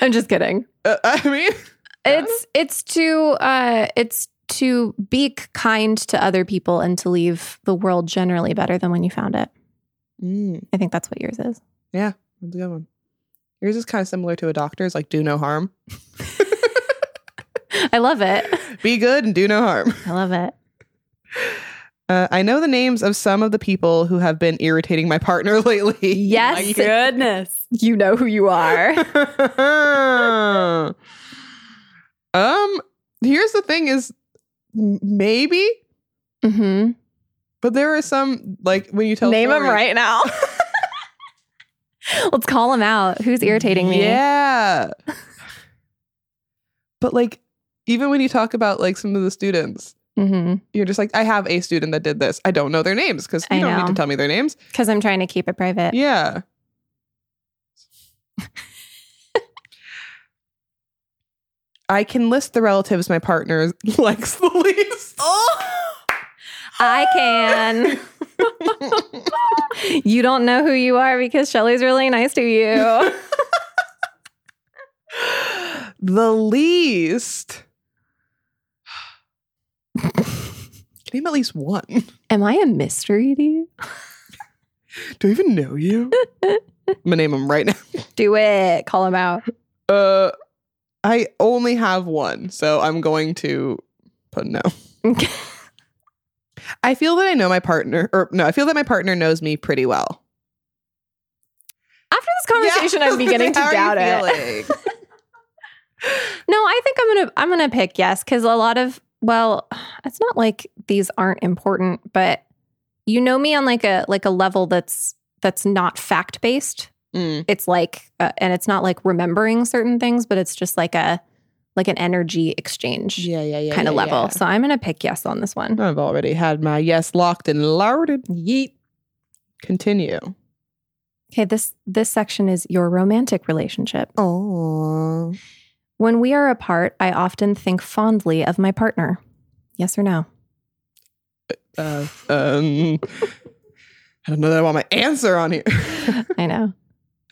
Speaker 2: I'm just kidding.
Speaker 1: Uh, I mean, Yeah.
Speaker 2: It's it's to uh it's to be k- kind to other people and to leave the world generally better than when you found it.
Speaker 1: mm,
Speaker 2: I think that's what yours is.
Speaker 1: that's a good one. Yours is kind of similar to a doctor's, like do no harm.
Speaker 2: I love it.
Speaker 1: Be good and do no harm.
Speaker 2: I love it.
Speaker 1: Uh, I know the names of some of the people who have been irritating my partner lately.
Speaker 2: Yes.
Speaker 3: My goodness.
Speaker 2: You know who you are.
Speaker 1: um, here's the thing is m- maybe
Speaker 2: hmm
Speaker 1: But there are some like when you tell
Speaker 2: Name him
Speaker 1: stories-
Speaker 2: right now. Let's call him out. Who's irritating me?
Speaker 1: Yeah. but like even when you talk about like some of the students,
Speaker 2: Mm-hmm.
Speaker 1: you're just like, I have a student that did this. I don't know their names because you
Speaker 2: I
Speaker 1: don't need
Speaker 2: know.
Speaker 1: to tell me their names.
Speaker 2: Because I'm trying to keep it private.
Speaker 1: Yeah. I can list the relatives my partner likes the least.
Speaker 2: Oh! I can. you don't know who you are because Shelly's really nice to you.
Speaker 1: the least. Can name at least one. Do
Speaker 2: Am I a mystery to you?
Speaker 1: I even know you? I'm gonna name him right now.
Speaker 2: Do it. Call him out.
Speaker 1: Uh, I only have one, so I'm going to put no.
Speaker 2: Okay.
Speaker 1: I feel that I know my partner, or no, I feel that my partner knows me pretty well.
Speaker 2: After this conversation,
Speaker 1: Yeah.
Speaker 2: I'm beginning to
Speaker 1: How
Speaker 2: doubt
Speaker 1: are
Speaker 2: it.
Speaker 1: you feeling?
Speaker 2: No, I think I'm gonna I'm gonna pick yes because a lot of well, it's not like these aren't important, but you know me on like a like a level that's that's not fact based.
Speaker 1: Mm.
Speaker 2: It's like, uh, and it's not like remembering certain things, but it's just like a like an energy exchange
Speaker 1: Yeah, yeah, yeah.
Speaker 2: kind of
Speaker 1: yeah,
Speaker 2: level.
Speaker 1: yeah.
Speaker 2: So I'm gonna pick yes on this one.
Speaker 1: I've already had my yes locked and larded. Yeet. Continue.
Speaker 2: Okay, this this section is your romantic relationship.
Speaker 1: Oh.
Speaker 2: When we are apart, I often think fondly of my partner. Yes or no?
Speaker 1: Uh, um, I don't know that I want my answer on here,
Speaker 2: I know.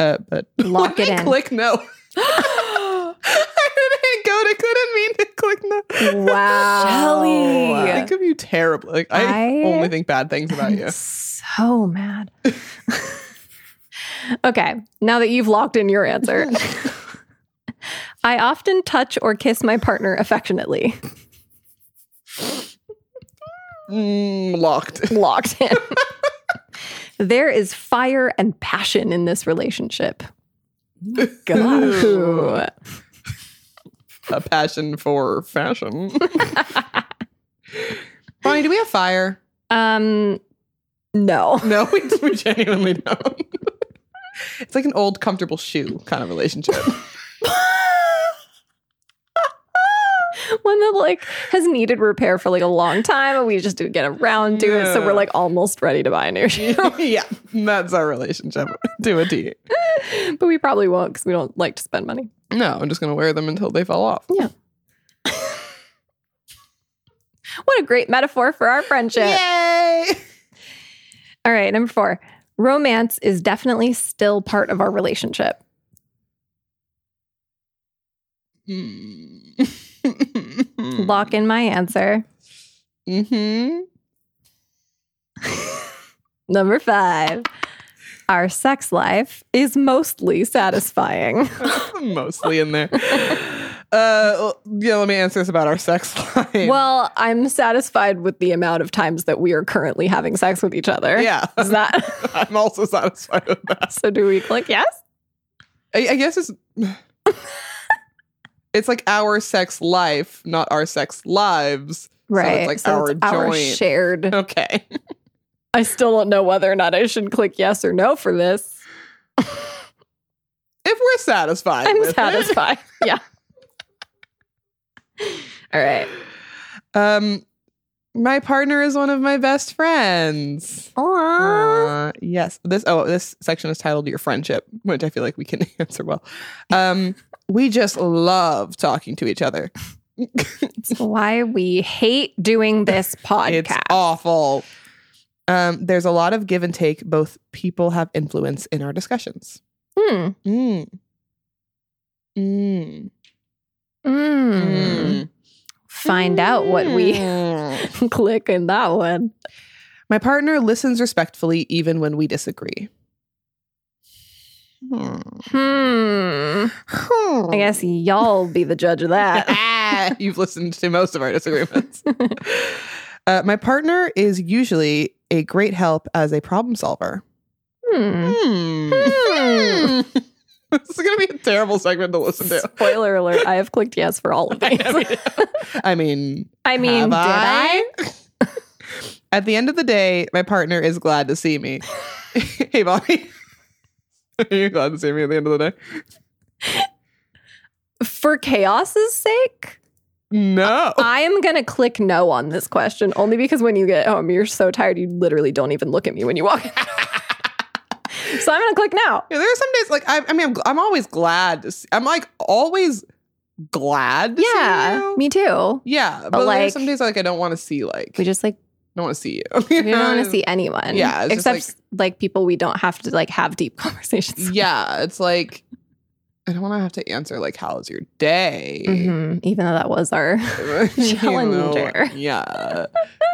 Speaker 1: uh, but
Speaker 2: Lock
Speaker 1: Let
Speaker 2: it
Speaker 1: me
Speaker 2: in.
Speaker 1: Click no. I didn't go to. Couldn't mean to click no.
Speaker 2: Wow.
Speaker 3: Shelley.
Speaker 1: I think of you terribly. Like, I,
Speaker 2: I-
Speaker 1: only think bad things about you.
Speaker 2: I'm so mad. okay, now that you've locked in your answer, I often touch or kiss my partner affectionately.
Speaker 1: Mm, locked.
Speaker 2: Locked in. there is fire and passion in this relationship. Ooh.
Speaker 1: Ooh. A passion for fashion. Bonnie, do we have fire?
Speaker 2: Um, no.
Speaker 1: No, we, we genuinely don't. it's like an old comfortable shoe kind of relationship.
Speaker 2: One that like has needed repair for like a long time, and we just didn't get around to it. So
Speaker 1: Yeah.
Speaker 2: we're like almost ready to buy a new shoe,
Speaker 1: yeah, that's our relationship to a T.
Speaker 2: but we probably won't because we don't like to spend money.
Speaker 1: No, I'm just gonna wear them until they fall off.
Speaker 2: What a great metaphor for our friendship.
Speaker 1: Yay!
Speaker 2: All right, number four. Romance is definitely still part of our relationship.
Speaker 1: Hmm.
Speaker 2: Lock in my answer.
Speaker 1: Mm-hmm.
Speaker 2: Number five. Our sex life is mostly satisfying.
Speaker 1: Mostly in there. Uh, yeah, let me answer this about our sex life.
Speaker 2: well, I'm satisfied with the amount of times that we are currently having sex with each other.
Speaker 1: yeah,
Speaker 2: Is that
Speaker 1: I'm also satisfied with that.
Speaker 2: so? Do we click yes?
Speaker 1: I, I guess it's it's like our sex life, not our sex lives.
Speaker 2: Right.
Speaker 1: like
Speaker 2: it's
Speaker 1: our
Speaker 2: our
Speaker 1: joint.
Speaker 2: shared.
Speaker 1: Okay.
Speaker 2: I still don't know whether or not I should click yes or no for this.
Speaker 1: If we're satisfied,
Speaker 2: I'm
Speaker 1: with it.
Speaker 2: satisfied. yeah. All right.
Speaker 1: Um, my partner is one of my best friends. Uh, yes. This oh, this section is titled "Your Friendship," which I feel like we can answer well. Um, we just love talking to each other.
Speaker 2: It's why we hate doing this podcast.
Speaker 1: It's awful. Um, there's a lot of give and take. Both people have influence in our discussions.
Speaker 2: Hmm.
Speaker 1: Mm. Mm.
Speaker 2: Mm. Find out what we
Speaker 1: Mm.
Speaker 2: click in that one.
Speaker 1: My partner listens respectfully even when we disagree. Hmm.
Speaker 2: Hmm. I guess y'all be the judge of that.
Speaker 1: Ah, You've listened to most of our disagreements. uh, my partner is usually a great help as a problem solver.
Speaker 2: Hmm.
Speaker 1: Hmm.
Speaker 2: Hmm.
Speaker 1: this is going to be a terrible segment to listen to.
Speaker 2: Spoiler alert, I have clicked yes for all of these.
Speaker 1: I mean, I mean,
Speaker 2: I mean,
Speaker 1: have
Speaker 2: did I?
Speaker 1: I? At the end of the day, my partner is glad to see me. hey, Bonnie. Are you glad to see me at the end of the day?
Speaker 2: For chaos's sake,
Speaker 1: No.
Speaker 2: I am going to click no on this question only because when you get home, you're so tired, you literally don't even look at me when you walk in. so I'm going to click no.
Speaker 1: Yeah, there are some days like I, I mean I'm, gl- I'm always glad to see I'm like always glad to see
Speaker 2: Yeah,
Speaker 1: you.
Speaker 2: me too.
Speaker 1: yeah but, there are
Speaker 2: like-
Speaker 1: some days like I don't want to see like
Speaker 2: We just like
Speaker 1: don't want to see you you
Speaker 2: we don't
Speaker 1: know?
Speaker 2: want to see anyone.
Speaker 1: Yeah, it's just
Speaker 2: except like, people we don't have to like have deep conversations.
Speaker 1: yeah it's like I don't want to have to answer like how's your day
Speaker 2: Mhm, Even though that was our
Speaker 1: You know,
Speaker 2: Challenger.
Speaker 1: yeah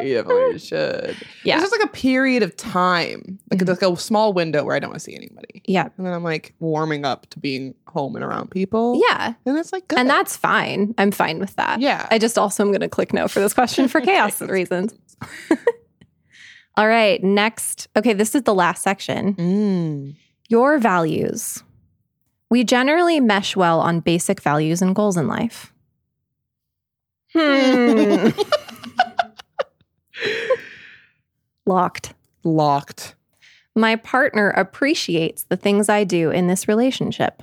Speaker 1: you definitely should
Speaker 2: yeah
Speaker 1: it's just like a period of time like,
Speaker 2: Mhm.
Speaker 1: like a small window where I don't want to see anybody
Speaker 2: yeah
Speaker 1: and then I'm like warming up to being home and around people
Speaker 2: yeah,
Speaker 1: and it's like good
Speaker 2: and that's fine. I'm fine with that.
Speaker 1: yeah
Speaker 2: I just also am going to click no for this question for chaos reasons. All right, next. Okay, this is the last section.
Speaker 1: Mm.
Speaker 2: Your values. We generally mesh well on basic values and goals in life. Hmm. Locked.
Speaker 1: Locked.
Speaker 2: My partner appreciates the things I do in this relationship.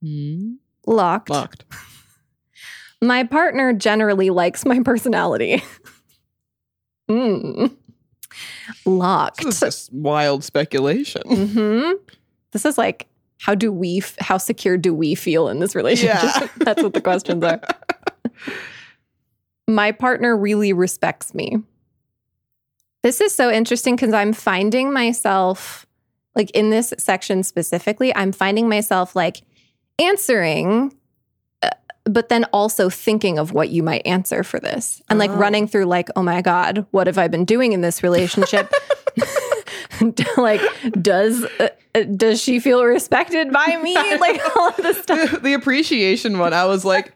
Speaker 1: Hmm.
Speaker 2: Mm-hmm. Locked.
Speaker 1: Locked.
Speaker 2: My partner generally likes my personality. mm. Locked.
Speaker 1: This is just wild speculation.
Speaker 2: hmm This is like, how do we, f- how secure do we feel in this relationship?
Speaker 1: Yeah.
Speaker 2: That's what the questions are. My partner really respects me. This is so interesting because I'm finding myself, like in this section specifically, I'm finding myself like answering, uh, but then also thinking of what you might answer for this and like
Speaker 1: Oh.
Speaker 2: running through, like, oh my God, what have I been doing in this relationship? like does uh, uh, does she feel respected by me like all of this stuff
Speaker 1: the, the appreciation one, I was like,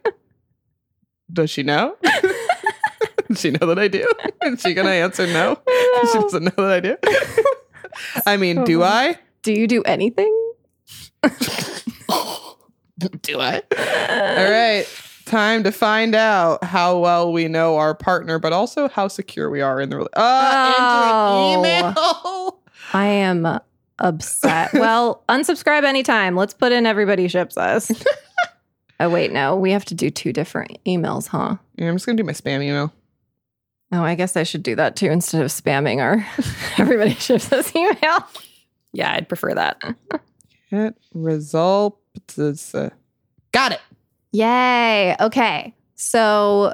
Speaker 1: does she know? does she know that I do? Is she gonna answer no? She doesn't know that I do. I mean, do I?
Speaker 2: do you do anything
Speaker 1: Do I? All right. Time to find out how well we know our partner, but also how secure we are in the relationship.
Speaker 2: Oh.
Speaker 1: email.
Speaker 2: i am upset well unsubscribe anytime let's put in everybody ships us oh wait no we have to do two different emails huh
Speaker 1: Yeah, I'm just gonna do my spam email.
Speaker 2: oh i guess i should do that too instead of spamming our everybody ships us email
Speaker 3: Yeah, I'd prefer that.
Speaker 1: Hit result. It's, uh, Got it.
Speaker 2: Yay. Okay. So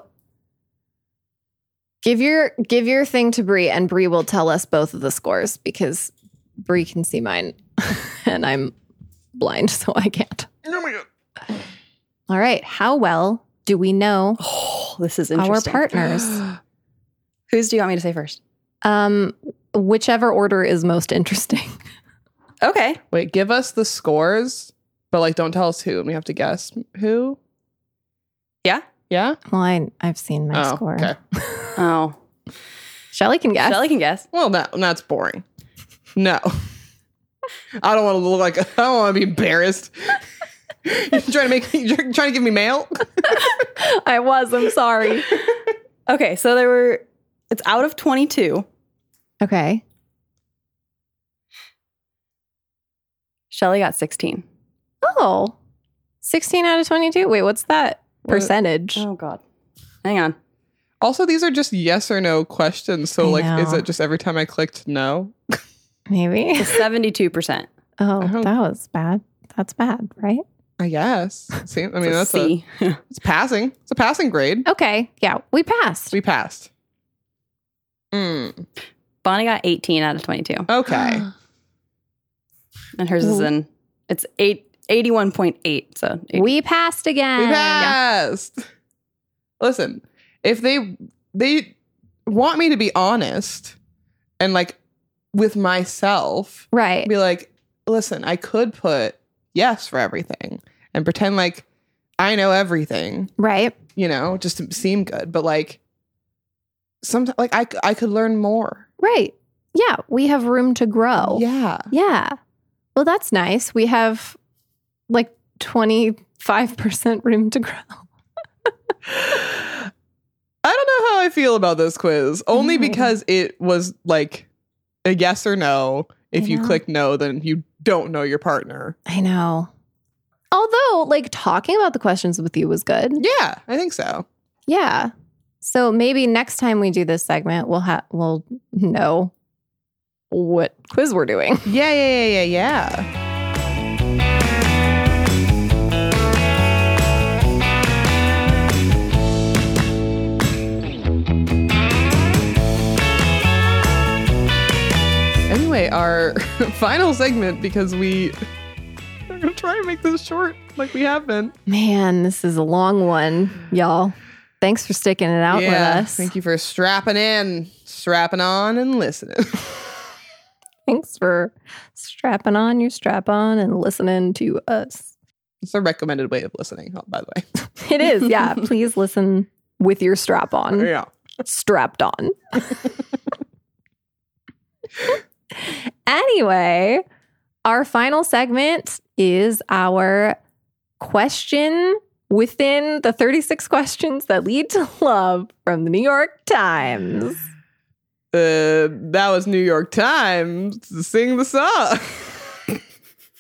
Speaker 2: give your give your thing to Bree and Bree will tell us both of the scores because Bree can see mine and I'm blind so I can't.
Speaker 1: Oh my god.
Speaker 2: All right. How well do we know
Speaker 3: Oh, this is
Speaker 2: our
Speaker 3: interesting.
Speaker 2: partners?
Speaker 3: Whose do you want me to say first?
Speaker 2: Um whichever order is most interesting.
Speaker 3: Okay.
Speaker 1: Wait, give us the scores, but like don't tell us who, and we have to guess who.
Speaker 3: Yeah.
Speaker 1: Yeah.
Speaker 2: Well, I I've seen my
Speaker 1: oh,
Speaker 2: score.
Speaker 1: okay.
Speaker 3: Oh,
Speaker 2: Shelly can guess.
Speaker 3: Shelly can guess.
Speaker 1: Well, no, that's boring. No, I don't want to look like I don't want to be embarrassed. you're trying to make you're trying to give me mail.
Speaker 2: I was, I'm sorry.
Speaker 3: Okay, so there were. It's out of twenty-two.
Speaker 2: Okay.
Speaker 3: Shelly got sixteen.
Speaker 2: Oh. 16 out of 22. Wait, what's that
Speaker 1: What?
Speaker 2: percentage?
Speaker 3: Oh God. Hang on.
Speaker 1: Also, these are just yes or no questions. So,
Speaker 2: I
Speaker 1: like,
Speaker 2: know.
Speaker 1: is it just every time I clicked no?
Speaker 2: Maybe.
Speaker 3: Seventy-two percent.
Speaker 2: Oh,
Speaker 1: Oh.
Speaker 2: that was bad. That's bad, right?
Speaker 1: I guess. See, I mean, that's a,
Speaker 3: C.
Speaker 1: it's passing. It's a passing grade.
Speaker 2: Okay. Yeah, we passed.
Speaker 1: We passed. Mm,
Speaker 3: Bonnie got eighteen out of twenty-two,
Speaker 1: okay.
Speaker 3: and hers is
Speaker 2: Ooh.
Speaker 3: in. It's eight. 81.8 so
Speaker 2: We,
Speaker 3: 80.
Speaker 2: passed again.
Speaker 1: We passed. Listen, if they they want me to be honest and like with myself,
Speaker 2: Right.
Speaker 1: be like, listen, I could put yes for everything and pretend like I know everything,
Speaker 2: Right.
Speaker 1: you know, just to seem good. But like, sometimes like I c- I could learn more.
Speaker 2: Right. Yeah, we have room to grow.
Speaker 1: yeah,
Speaker 2: Yeah. Well, that's nice. We have like 25% room to grow.
Speaker 1: I don't know how I feel about this quiz, only
Speaker 2: No.
Speaker 1: because it was like a yes or no. If
Speaker 2: I
Speaker 1: you
Speaker 2: know.
Speaker 1: click no, then you don't know your partner.
Speaker 2: I know. Although, like talking about the questions with you was good.
Speaker 1: Yeah, I think so.
Speaker 2: Yeah. So maybe next time we do this segment, we'll have we'll know what quiz we're doing.
Speaker 1: Yeah, yeah, yeah, yeah, yeah. Anyway, our final segment because we are gonna try and make this short, like we have been.
Speaker 2: Man, this is a long one, y'all. Thanks for sticking it out with us.
Speaker 1: Thank you for strapping in, strapping on, and listening.
Speaker 2: Thanks for strapping on your strap on and listening to us.
Speaker 1: it's a recommended way of listening, by the
Speaker 2: It is, yeah. Please listen with your strap
Speaker 1: way.
Speaker 2: on,
Speaker 1: Yeah.
Speaker 2: strapped on. anyway, our final segment is our question within the 36 questions that lead to love from the New York Times.
Speaker 1: Uh, that was New York Times. Sing the song.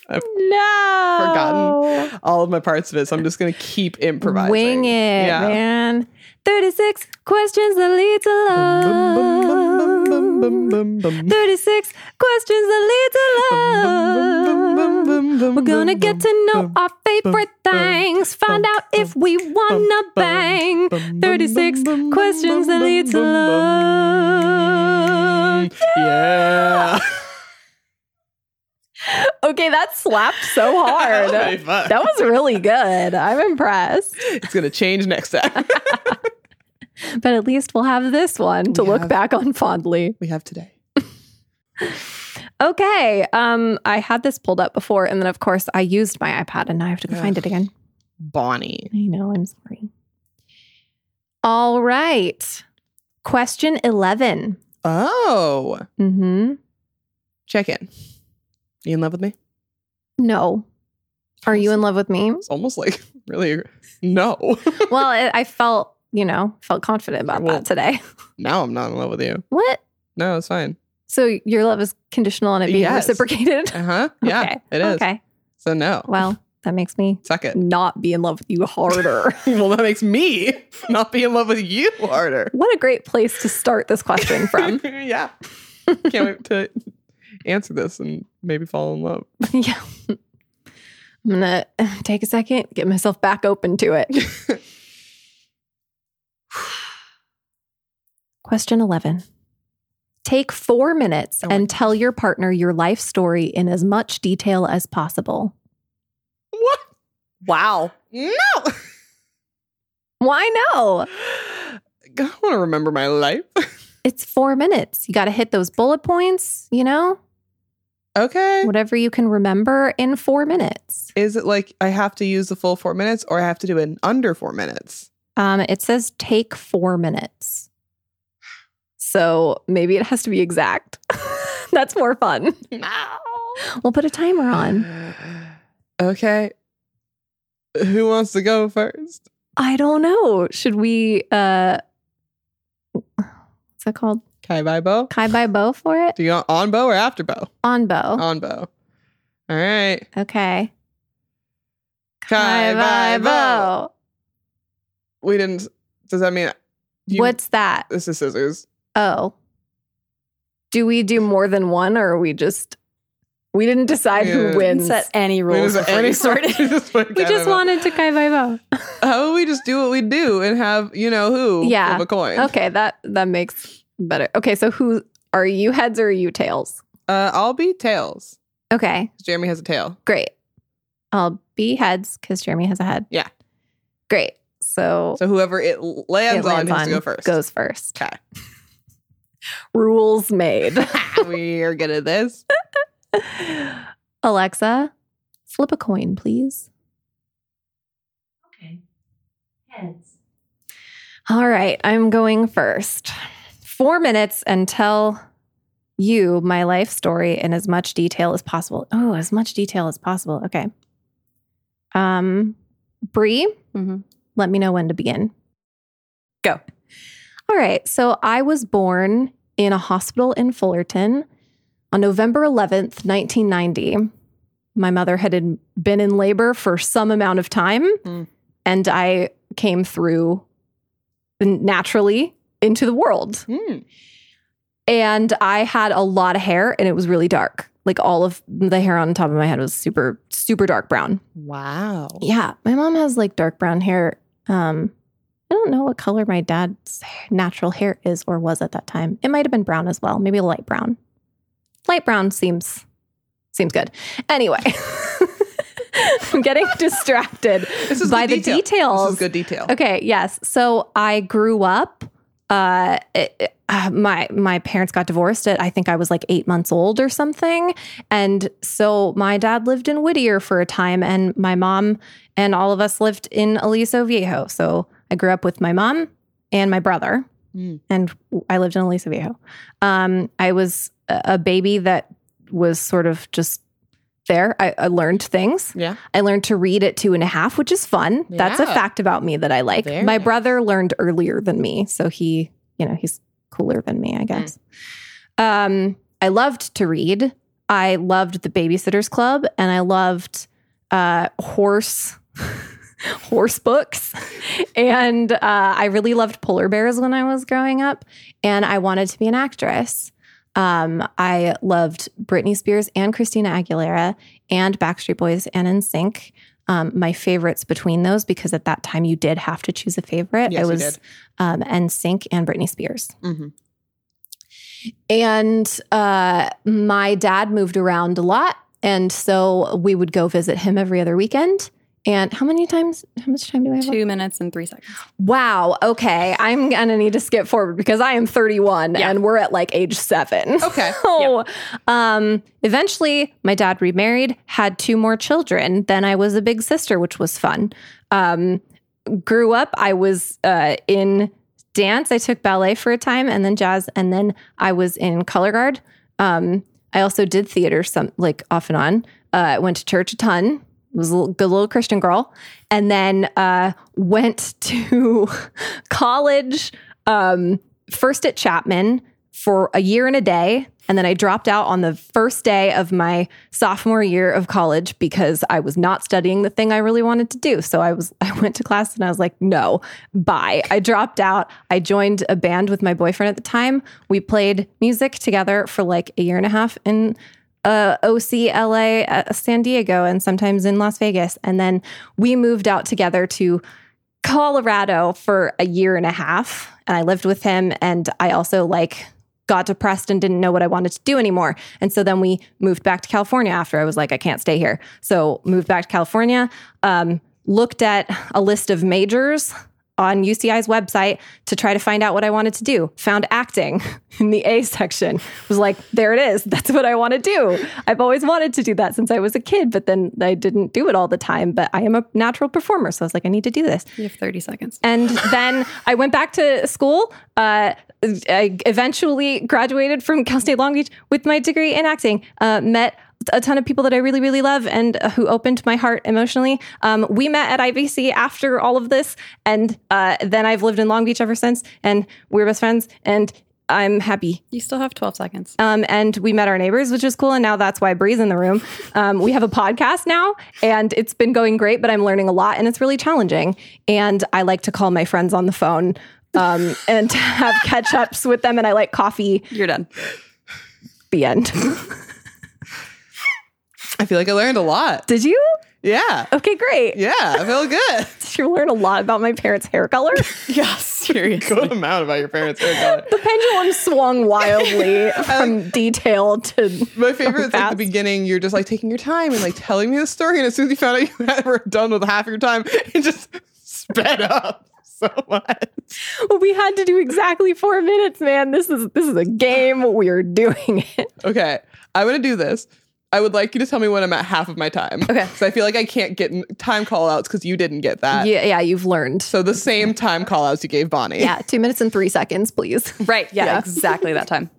Speaker 2: No.
Speaker 1: Forgotten. All of my parts of it, so I'm just gonna keep improvising.
Speaker 2: Wing it,
Speaker 1: Yeah.
Speaker 2: man. 36 questions that lead to love. 36 questions that lead to love. We're gonna get to know our favorite things. Find out if we wanna bang. 36 questions that lead to love.
Speaker 1: Yeah.
Speaker 2: Okay, that slapped so hard.
Speaker 1: That was pretty fun.
Speaker 2: That was really good. I'm impressed.
Speaker 1: it's gonna change next time.
Speaker 2: But at least we'll have this one to
Speaker 1: We
Speaker 2: look
Speaker 1: have-
Speaker 2: back on fondly.
Speaker 1: we have today.
Speaker 2: Okay. Um, I had this pulled up before, and then of course I used my iPad, and now I have to go
Speaker 1: Ugh.
Speaker 2: find it again.
Speaker 1: Bonnie.
Speaker 2: I know. I'm sorry. All right. Question eleven.
Speaker 1: Oh.
Speaker 2: Hmm.
Speaker 1: Check in. You in love with me?
Speaker 2: No. Are you in love with me?
Speaker 1: It's almost like really no.
Speaker 2: Well, I, I felt you know felt confident about
Speaker 1: Well-
Speaker 2: that today.
Speaker 1: now I'm not in love with you.
Speaker 2: What?
Speaker 1: No, it's fine.
Speaker 2: So your love is conditional on it being
Speaker 1: Yes.
Speaker 2: reciprocated.
Speaker 1: Uh huh. Yeah,
Speaker 2: okay.
Speaker 1: it is.
Speaker 2: Okay.
Speaker 1: So no.
Speaker 2: Well, that makes me
Speaker 1: Suck it.
Speaker 2: not be in love with you harder.
Speaker 1: well, that makes me not be in love with you harder.
Speaker 2: what a great place to start this question from.
Speaker 1: yeah. Can't wait to answer this and maybe fall in love.
Speaker 2: yeah. I'm going to take a second, get myself back open to it. Question 11. Take four minutes
Speaker 1: Oh my
Speaker 2: and tell your partner your life story in as much detail as possible.
Speaker 1: What?
Speaker 3: Wow.
Speaker 1: No.
Speaker 2: Why no?
Speaker 1: I don't want to remember my life.
Speaker 2: It's four minutes. You got to hit those bullet points, you know,
Speaker 1: Okay.
Speaker 2: whatever you can remember in four minutes.
Speaker 1: Is it like I have to use the full four minutes or I have to do it in under four minutes?
Speaker 2: Um, it says take four minutes. So maybe it has to be exact. That's more fun.
Speaker 1: No.
Speaker 2: We'll put a timer on.
Speaker 1: Okay. Who wants to go first?
Speaker 2: I don't know. Should we uh what's that called?
Speaker 1: Kai by bow?
Speaker 2: Kai by bow for it?
Speaker 1: Do you want on bow or after bow?
Speaker 2: On bow.
Speaker 1: On bow. All right.
Speaker 2: Okay.
Speaker 1: Kai by bow. We didn't. Does that mean you-
Speaker 2: What's that?
Speaker 1: This is scissors.
Speaker 2: Oh. Do we do more than one or are we just we didn't decide
Speaker 1: Yeah.
Speaker 2: who
Speaker 3: Didn't
Speaker 2: wins.
Speaker 3: set any rules before you started.
Speaker 1: we just, went
Speaker 2: We
Speaker 1: Kai
Speaker 2: just
Speaker 1: by bow.
Speaker 2: wanted to Kai by bow.
Speaker 1: How about Oh, we just do what we do and have you know who
Speaker 2: Yeah.
Speaker 1: flip a coin?
Speaker 2: Okay, that that makes better. Okay, so who are you heads or are you tails?
Speaker 1: Uh, I'll be tails.
Speaker 2: Okay,
Speaker 1: 'cause Jeremy has a tail.
Speaker 2: great. I'll be heads because Jeremy has a head.
Speaker 1: Yeah.
Speaker 2: Great. So,
Speaker 1: So whoever it l- lands,
Speaker 2: it
Speaker 1: on
Speaker 2: lands
Speaker 1: has
Speaker 2: on
Speaker 1: to go first.
Speaker 2: goes first.
Speaker 1: Okay.
Speaker 2: Rules made.
Speaker 1: we are good at this.
Speaker 2: Alexa, flip a coin, please.
Speaker 4: Okay. Heads.
Speaker 2: All right, I'm going first. Four minutes and tell you my life story in as much detail as possible. Oh, as much detail as possible. Okay. Um, Bree,
Speaker 4: Mm-hmm.
Speaker 3: Mhm.
Speaker 2: let me know when to begin.
Speaker 3: Go.
Speaker 2: All right. So I was born in a hospital in Fullerton on November 11th, 1990. My mother had in- been in labor for some amount of time,
Speaker 1: Mm.
Speaker 2: and I came through naturally into the world.
Speaker 1: Hmm.
Speaker 2: And I had a lot of hair, and it was really dark. Like all of the hair on top of my head was super, super dark brown.
Speaker 1: Wow.
Speaker 2: Yeah, my mom has like dark brown hair. Um, I don't know what color my dad's natural hair is or was at that time. It might have been brown as well, maybe light brown. Light brown seems seems good. Anyway, I'm getting distracted
Speaker 1: This is
Speaker 2: by
Speaker 1: good
Speaker 2: the
Speaker 1: detail.
Speaker 2: details.
Speaker 1: This is good detail.
Speaker 2: Okay, yes. So I grew up. Uh, it- it- uh, my my parents got divorced at I think I was like eight months old or something, and so my dad lived in Whittier for a time, and my mom and all of us lived in Aliso Viejo. So I grew up with my mom and my brother,
Speaker 1: Mm.
Speaker 2: and I lived in Aliso Viejo. Um, I was a a baby that was sort of just there. I, I learned things.
Speaker 1: Yeah.
Speaker 2: I learned to read at two and a half, which is fun. That's a
Speaker 1: Yeah.
Speaker 2: fact about me that I like.
Speaker 1: Very
Speaker 2: My
Speaker 1: nice.
Speaker 2: brother learned earlier than me. So he, you know, he's cooler than me, I guess. Um, I loved to read. I loved the Babysitters Club and I loved uh, horse. horse books and uh, i really loved polar bears when i was growing up and i wanted to be an actress um, i loved britney spears and christina aguilera and backstreet boys and in sync um, my favorites between those because at that time you did have to choose a favorite
Speaker 1: Yes,
Speaker 2: i
Speaker 1: you
Speaker 2: was
Speaker 1: did.
Speaker 2: um, NSYNC and britney spears
Speaker 1: Mhm.
Speaker 2: and uh, my dad moved around a lot. And so we would go visit him every other weekend. And how many times, how much time do I have? left?
Speaker 3: Two minutes and three seconds.
Speaker 2: Wow. Okay. I'm going to need to skip forward because I am 31
Speaker 3: Yeah.
Speaker 2: and we're at like age seven.
Speaker 1: Okay.
Speaker 2: So um, eventually, my dad remarried, had two more children. Then I was a big sister, which was fun. Um, grew up, I was uh, in dance. I took ballet for a time and then jazz. And then I was in color guard. Um, I also did theater some like off and on. Uh, went to church a ton. Was a little, good little Christian girl, and then uh, went to college um, first at Chapman for a year and a day. And then I dropped out on the first day of my sophomore year of college because I was not studying the thing I really wanted to do. So I was I went to class and I was like, no, bye. I dropped out. I joined a band with my boyfriend at the time. We played music together for like a year and a half in uh, OC, LA, uh, San Diego, and sometimes in Las Vegas. And then we moved out together to Colorado for a year and a half. And I lived with him. And I also like got depressed and didn't know what I wanted to do anymore. And so then we moved back to California after I was like, I can't stay here. So moved back to California, um, looked at a list of majors on UCI's website to try to find out what I wanted to do. Found acting in the A section. Was like, there it is. That's what I want to do. I've always wanted to do that since I was a kid, but then I didn't do it all the time. But I am a natural performer. So I was like, I need to do this.
Speaker 3: You have 30 seconds.
Speaker 2: And then I went back to school. Uh, I eventually graduated from Cal State Long Beach with my degree in acting. Uh, met a ton of people that I really, really love and uh, who opened my heart emotionally. Um, we met at IVC after all of this. And uh, then I've lived in Long Beach ever since. And we're best friends. And I'm happy.
Speaker 3: You still have 12 seconds.
Speaker 2: Um, and we met our neighbors, which is cool. And now that's why Bree's in the room. Um, we have a podcast now, and it's been going great, but I'm learning a lot and it's really challenging. And I like to call my friends on the phone um, and to have catch ups with them. And I like coffee.
Speaker 3: You're done.
Speaker 2: The end.
Speaker 1: I feel like I learned a lot.
Speaker 2: Did you?
Speaker 1: Yeah.
Speaker 2: Okay, great.
Speaker 1: Yeah. I feel good.
Speaker 2: Did you learn a lot about my parents' hair color?
Speaker 1: Yeah, seriously. Good amount about your parents' hair color.
Speaker 2: the pendulum swung wildly from detail to.
Speaker 1: My favorite is like
Speaker 2: Fast.
Speaker 1: the beginning, you're just like taking your time and like telling me the story. And as soon as you found out you had- were done with half your time, it just sped up so much.
Speaker 2: We had to do exactly four minutes, man. This is this is a game. We're doing it.
Speaker 1: Okay. I'm going to do this. I would like you to tell me when I'm at half of my time.
Speaker 2: Okay.
Speaker 1: So I feel like I can't get n- time call outs because you didn't get that.
Speaker 2: yeah, yeah, you've learned.
Speaker 1: So the same time call outs you gave Bonnie.
Speaker 2: Yeah, two minutes and three seconds, please.
Speaker 3: Right. Yeah,
Speaker 2: Yeah.
Speaker 3: exactly that time.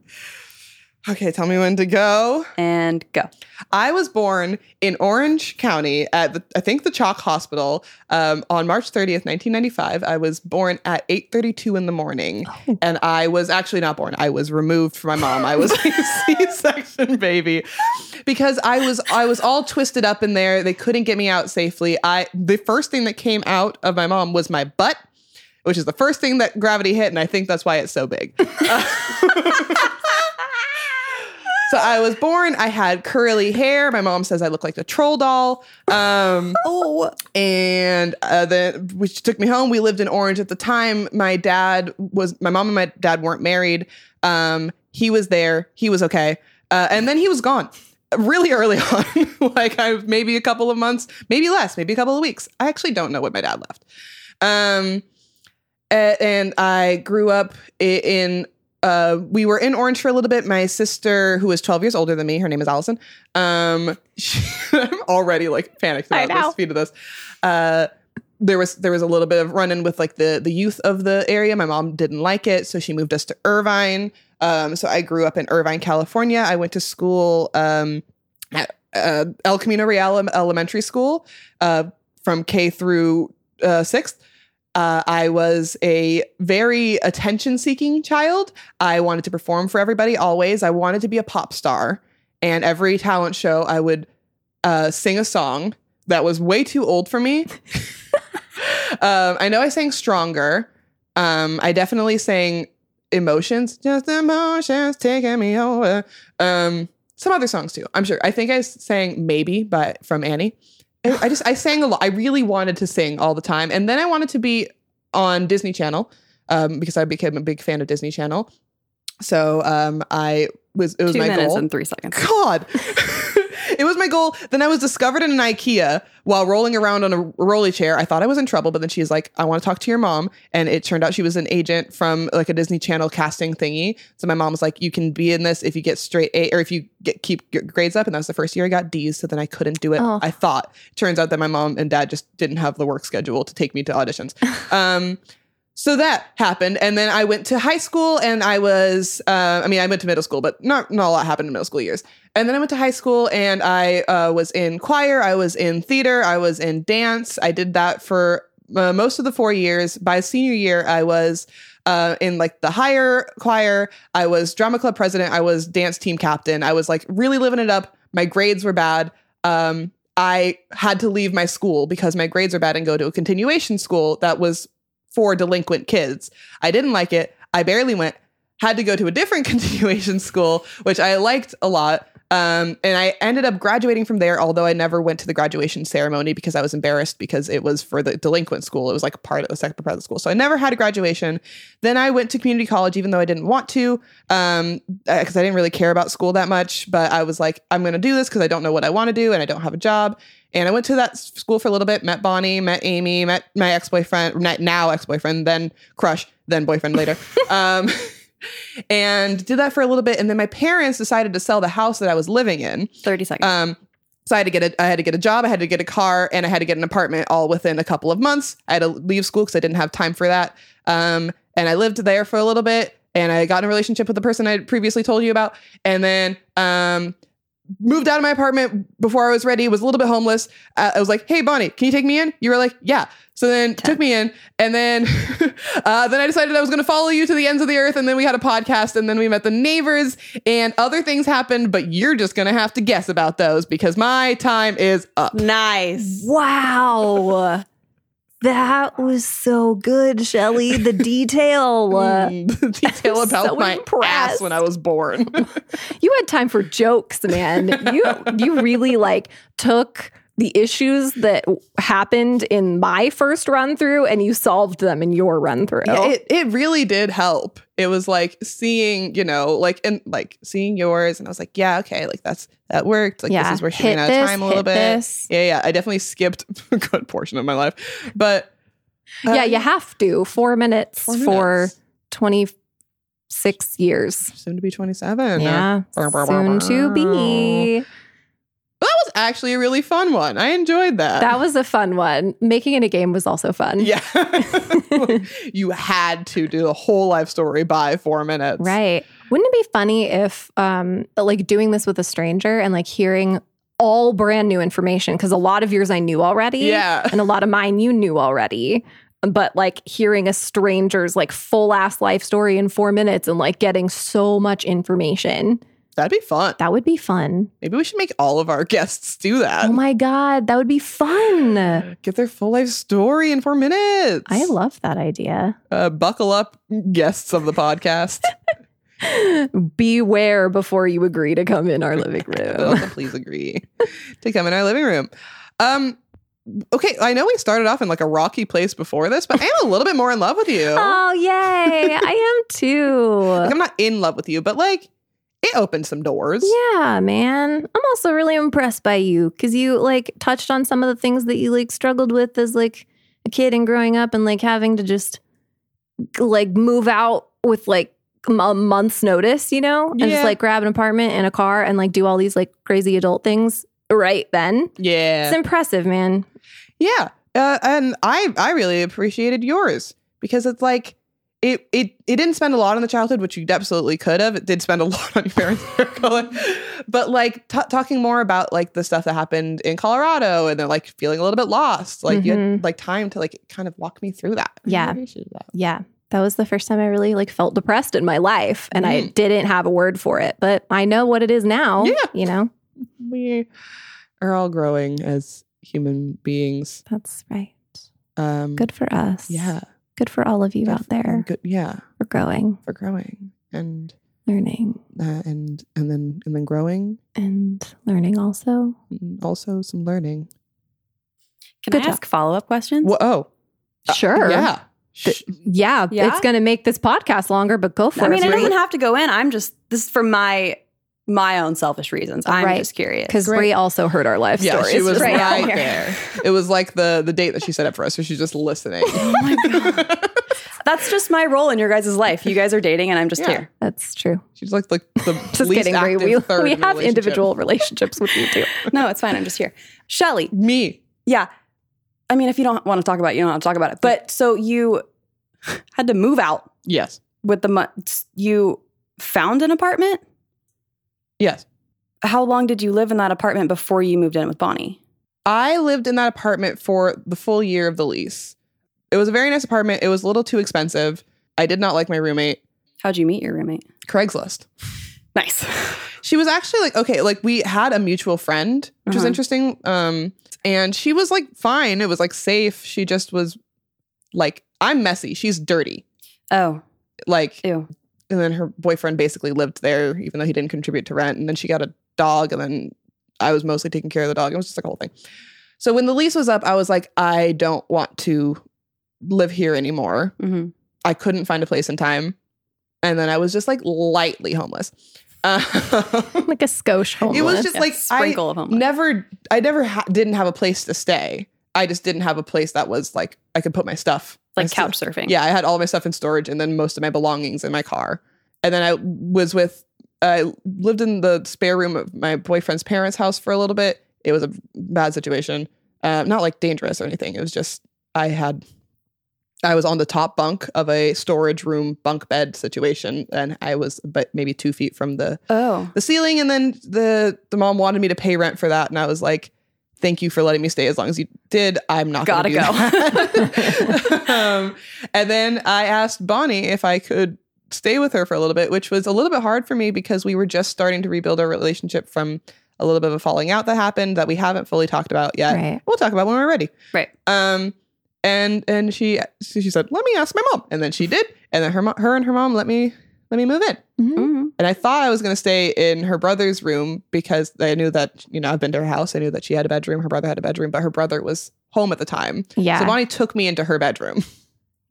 Speaker 1: Okay. Tell me when to go.
Speaker 3: And go.
Speaker 1: I was born in Orange County at the, I think the Chalk Hospital um, on March 30th, 1995. I was born at 8:32 in the morning, and I was actually not born. I was removed from my mom. I was a C-section baby because I was I was all twisted up in there. They couldn't get me out safely. I the first thing that came out of my mom was my butt, which is the first thing that gravity hit, and I think that's why it's so big. So I was born. I had curly hair. My mom says I look like a troll doll. Um,
Speaker 2: Oh,
Speaker 1: and uh, then we- she took me home. We lived in Orange at the time. My dad was my mom and my dad weren't married. Um, he was there. He was okay. Uh, and then he was gone really early on, like I maybe a couple of months, maybe less, maybe a couple of weeks. I actually don't know when my dad left. Um, a- and I grew up i- in. Uh, we were in Orange for a little bit. My sister, who is 12 years older than me, her name is Allison. Um, she, I'm already like panicked
Speaker 2: I
Speaker 1: about the
Speaker 2: know.
Speaker 1: speed of this. Uh, there was there was a little bit of run in with like the the youth of the area. My mom didn't like it, so she moved us to Irvine. Um, so I grew up in Irvine, California. I went to school um, at uh, El Camino Real Em- Elementary School uh, from K through uh, sixth. Uh, I was a very attention seeking child. I wanted to perform for everybody always. I wanted to be a pop star. And every talent show, I would uh, sing a song that was way too old for me. um, I know I sang Stronger. Um, I definitely sang Emotions, just emotions taking me over. Um, some other songs too, I'm sure. I think I sang Maybe but from Annie. I, I just, I sang a lot. I really wanted to sing all the time. And then I wanted to be on Disney Channel um, because I became a big fan of Disney Channel. So um, I was, it was
Speaker 3: Two
Speaker 1: my
Speaker 3: minutes
Speaker 1: goal.
Speaker 3: and three seconds.
Speaker 1: God. it was my goal. Then I was discovered in an IKEA while rolling around on a rolly chair. I thought I was in trouble, but then she's like, I want to talk to your mom. And it turned out she was an agent from like a Disney Channel casting thingy. So my mom was like, You can be in this if you get straight A or if you get keep your grades up. And that was the first year I got D's. So then I couldn't do it.
Speaker 2: Oh.
Speaker 1: I thought. Turns out that my mom and dad just didn't have the work schedule to take me to auditions. um, so that happened and then i went to high school and i was uh, i mean i went to middle school but not, not a lot happened in middle school years and then i went to high school and i uh, was in choir i was in theater i was in dance i did that for uh, most of the four years by senior year i was uh, in like the higher choir i was drama club president i was dance team captain i was like really living it up my grades were bad um, i had to leave my school because my grades were bad and go to a continuation school that was for delinquent kids. I didn't like it. I barely went. Had to go to a different continuation school, which I liked a lot. Um, and I ended up graduating from there, although I never went to the graduation ceremony because I was embarrassed because it was for the delinquent school. It was like part of the second part of the school. So I never had a graduation. Then I went to community college, even though I didn't want to, because I didn't really care about school that much. But I was like, I'm going to do this because I don't know what I want to do and I don't have a job. And I went to that s- school for a little bit, met Bonnie, met Amy, met my ex boyfriend, now ex boyfriend, then crush, then boyfriend later. um, and did that for a little bit. And then my parents decided to sell the house that I was living in.
Speaker 3: 30 seconds.
Speaker 1: Um, so I had to get a, I had to get a job, I had to get a car, and I had to get an apartment all within a couple of months. I had to leave school because I didn't have time for that. Um, and I lived there for a little bit, and I got in a relationship with the person I had previously told you about, and then um, moved out of my apartment before I was ready. Was a little bit homeless. Uh, I was like, "Hey, Bonnie, can you take me in?" You were like, "Yeah." So then took me in, and then uh, then I decided I was going to follow you to the ends of the earth, and then we had a podcast, and then we met the neighbors, and other things happened. But you're just going to have to guess about those because my time is up.
Speaker 3: nice.
Speaker 2: Wow. that was so good, Shelly. The detail. Uh,
Speaker 1: Mm, Detail
Speaker 2: I'm
Speaker 1: about
Speaker 2: so
Speaker 1: my ass
Speaker 2: impressed.
Speaker 1: when I was born.
Speaker 2: you had time for jokes, man. You you really like took the issues that happened in my first run through and you solved them in your run through.
Speaker 1: Yeah, it, it really did help. It was like seeing, you know, like and like seeing yours, and I was like, yeah, okay, like that's that worked. Like this is where she ran out of time a little bit. Yeah, yeah. I definitely skipped a good portion of my life, but uh,
Speaker 2: yeah, you have to. Four minutes,
Speaker 1: four minutes.
Speaker 2: for 26 years.
Speaker 1: soon to be twenty seven.
Speaker 2: Yeah.
Speaker 1: Bow, bow, bow,
Speaker 2: Soon to be.
Speaker 1: that was actually a really fun one. I enjoyed that.
Speaker 2: That was a fun one. Making it a game was also fun.
Speaker 1: yeah. you had to do the whole life story by four minutes,
Speaker 2: Right. Wouldn't it be funny if um like doing this with a stranger and like hearing all brand new information because a lot of yours I knew already.
Speaker 1: Yeah.
Speaker 2: And a lot of mine you knew already. But like hearing a stranger's like full ass life story in four minutes and like getting so much information.
Speaker 1: That'd be fun.
Speaker 2: That would be fun.
Speaker 1: Maybe we should make all of our guests do that.
Speaker 2: Oh my God. That would be fun. I
Speaker 1: Get their full life story in four minutes.
Speaker 2: love that idea.
Speaker 1: uh, buckle up, guests of the podcast.
Speaker 2: Beware before you agree to come in our living
Speaker 1: But
Speaker 2: room.
Speaker 1: also please agree to come in our living room. Um, okay, I know we started off in like a rocky place before this, but I am a little bit more in love with you.
Speaker 2: Oh, yay. I am too.
Speaker 1: Like, I'm not in love with you, but like it opened some doors.
Speaker 2: Yeah, man. I'm also really impressed by you because you like touched on some of the things that you like struggled with as like a kid and growing up and like having to just g- like move out with like m- a month's notice, you know, and
Speaker 1: Yeah.
Speaker 2: just like grab an apartment and a car and like do all these like crazy adult things right then.
Speaker 1: Yeah.
Speaker 2: It's impressive, man.
Speaker 1: Yeah, uh, and I I really appreciated yours because it's like it it it didn't spend a lot on the childhood, which you absolutely could have. It did spend a lot on your parents' hair color, but like t- talking more about like the stuff that happened in Colorado and they're like feeling a little bit lost. Like you had
Speaker 2: Mhm.
Speaker 1: like time to like kind of walk me through that. I
Speaker 2: Yeah.
Speaker 1: really appreciated that.
Speaker 2: yeah that was the first time i really like felt depressed in my life and i didn't have a word for it but i know what it is now
Speaker 1: Mm-hmm. Yeah.
Speaker 2: you know
Speaker 1: We are all growing as human beings.
Speaker 2: that's right
Speaker 1: Um,
Speaker 2: good for us
Speaker 1: Yeah.
Speaker 2: good for all of you out there
Speaker 1: Good. Yeah.
Speaker 2: for growing
Speaker 1: For growing and
Speaker 2: learning
Speaker 1: uh, and and then and then growing.
Speaker 2: and learning also
Speaker 1: and Also, some learning.
Speaker 3: Can
Speaker 2: Good
Speaker 3: I ask follow up questions?
Speaker 1: Whoa, oh,
Speaker 2: sure
Speaker 1: yeah,
Speaker 2: Th- yeah,
Speaker 3: Yeah?
Speaker 2: it's going to make this podcast longer, but go for
Speaker 3: I mean, it
Speaker 2: it.
Speaker 3: doesn't have to go in. I'm just this is for my my own selfish reasons. I'm
Speaker 2: Right.
Speaker 3: just curious.
Speaker 2: Because Brie also heard our life
Speaker 1: yeah.
Speaker 2: stories.
Speaker 1: She was
Speaker 2: just
Speaker 1: right,
Speaker 2: now.
Speaker 3: right here.
Speaker 1: there. It was like the the date that she set up for us. So she's just listening. oh my god,
Speaker 3: that's just my role in your guys' life. You guys are dating, and I'm just
Speaker 1: Yeah.
Speaker 3: here.
Speaker 2: That's true.
Speaker 1: she's like the the
Speaker 2: Just
Speaker 1: least
Speaker 2: kidding, Brie.
Speaker 1: active
Speaker 2: We,
Speaker 1: third
Speaker 2: we
Speaker 1: in the
Speaker 2: have
Speaker 1: relationship.
Speaker 2: individual relationships with you too.
Speaker 3: No, it's fine. I'm just here. Shelly,
Speaker 1: Me,
Speaker 3: yeah. I mean, if you don't want to talk about it, you don't want to talk about it. But so you had to move out
Speaker 1: yes,
Speaker 3: with the months. You found an apartment.
Speaker 1: yes.
Speaker 3: How long did you live in that apartment before you moved in with Bonnie?
Speaker 1: I lived in that apartment for the full year of the lease. It was a very nice apartment. It was a little too expensive. I did not like my roommate.
Speaker 3: How'd you meet your roommate?
Speaker 1: Craigslist.
Speaker 3: Nice.
Speaker 1: She was actually like, okay, like we had a mutual friend, which was
Speaker 3: Uh-huh.
Speaker 1: interesting. Um, and she was like fine. It was like safe. She just was like, I'm messy. She's dirty.
Speaker 3: Oh,
Speaker 1: Like,
Speaker 3: ew.
Speaker 1: and then her boyfriend basically lived there, even though he didn't contribute to rent. And then she got a dog, and then I was mostly taking care of the dog. It was just like a whole thing. So when the lease was up, I was like, I don't want to live here anymore.
Speaker 3: Mm-hmm.
Speaker 1: I couldn't find a place in time, and then I was just like lightly homeless. Uh,
Speaker 2: Like a skosh homeless.
Speaker 1: it was just like I
Speaker 3: sprinkle of homeless.
Speaker 1: never, I never ha- didn't have a place to stay. I just didn't have a place that was like I could put my stuff my
Speaker 3: like
Speaker 1: stuff-
Speaker 3: couch surfing.
Speaker 1: yeah, I had all my stuff in storage and then most of my belongings in my car. And then I was with, I lived in the spare room of my boyfriend's parents' house for a little bit. It was a bad situation. Uh, not like dangerous or anything. It was just, I had, I was on the top bunk of a storage room bunk bed situation. And I was but maybe two feet from the,
Speaker 3: Oh.
Speaker 1: the ceiling. And then the, the mom wanted me to pay rent for that. And I was like, thank you for letting me stay as long as you did. I'm not
Speaker 3: Gotta
Speaker 1: gonna do that. um, and then I asked Bonnie if I could stay with her for a little bit, which was a little bit hard for me because we were just starting to rebuild our relationship from a little bit of a falling out that happened that we haven't fully talked about yet.
Speaker 2: Right.
Speaker 1: We'll talk about when we're ready.
Speaker 3: Right.
Speaker 1: Um, and and she so she said, "Let me ask my mom," and then she did, and then her mo- her and her mom let me let me move in.
Speaker 2: Mhm.
Speaker 3: Mm-hmm.
Speaker 1: And I thought I was going to stay in her brother's room because I knew that, you know, I've been to her house. I knew that she had a bedroom. Her brother had a bedroom, but her brother was home at the time.
Speaker 2: Yeah.
Speaker 1: So Bonnie took me into her bedroom.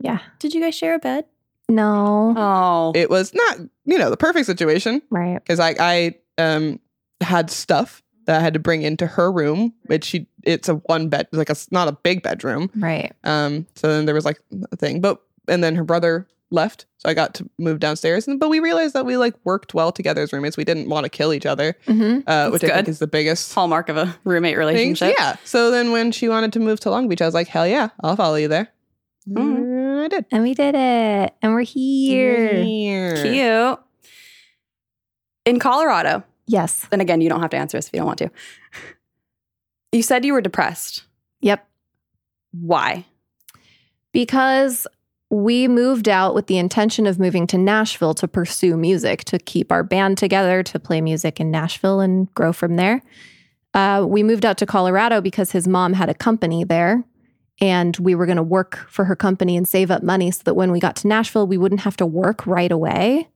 Speaker 2: yeah.
Speaker 3: Did you guys share a bed?
Speaker 2: No.
Speaker 3: Oh.
Speaker 1: It was not, you know, the perfect situation
Speaker 2: right.
Speaker 1: because I, I um, had stuff that I had to bring into her room, which she, it's a one bed, like it's not a big bedroom.
Speaker 2: Right.
Speaker 1: Um, so then there was like a thing, but and then her brother left, so I got to move downstairs. And but we realized that we like worked well together as roommates. We didn't want to kill each other,
Speaker 3: Mm-hmm.
Speaker 2: hmm
Speaker 1: uh, which I think
Speaker 3: good.
Speaker 1: is the biggest
Speaker 3: hallmark of a roommate
Speaker 1: things.
Speaker 3: relationship.
Speaker 1: Yeah. So then when she wanted to move to Long Beach, I was like, hell yeah, I'll follow you there.
Speaker 3: Mm.
Speaker 1: And I did.
Speaker 2: And we did it. And we're here.
Speaker 1: Here.
Speaker 3: Cute. In Colorado,
Speaker 2: Yes.
Speaker 3: and again, you don't have to answer this if you don't want to. You said you were depressed.
Speaker 2: Yep.
Speaker 3: Why?
Speaker 2: Because we moved out with the intention of moving to Nashville to pursue music, to keep our band together, to play music in Nashville and grow from there. Uh, we moved out to Colorado because his mom had a company there. And we were going to work for her company and save up money so that when we got to Nashville, we wouldn't have to work right away.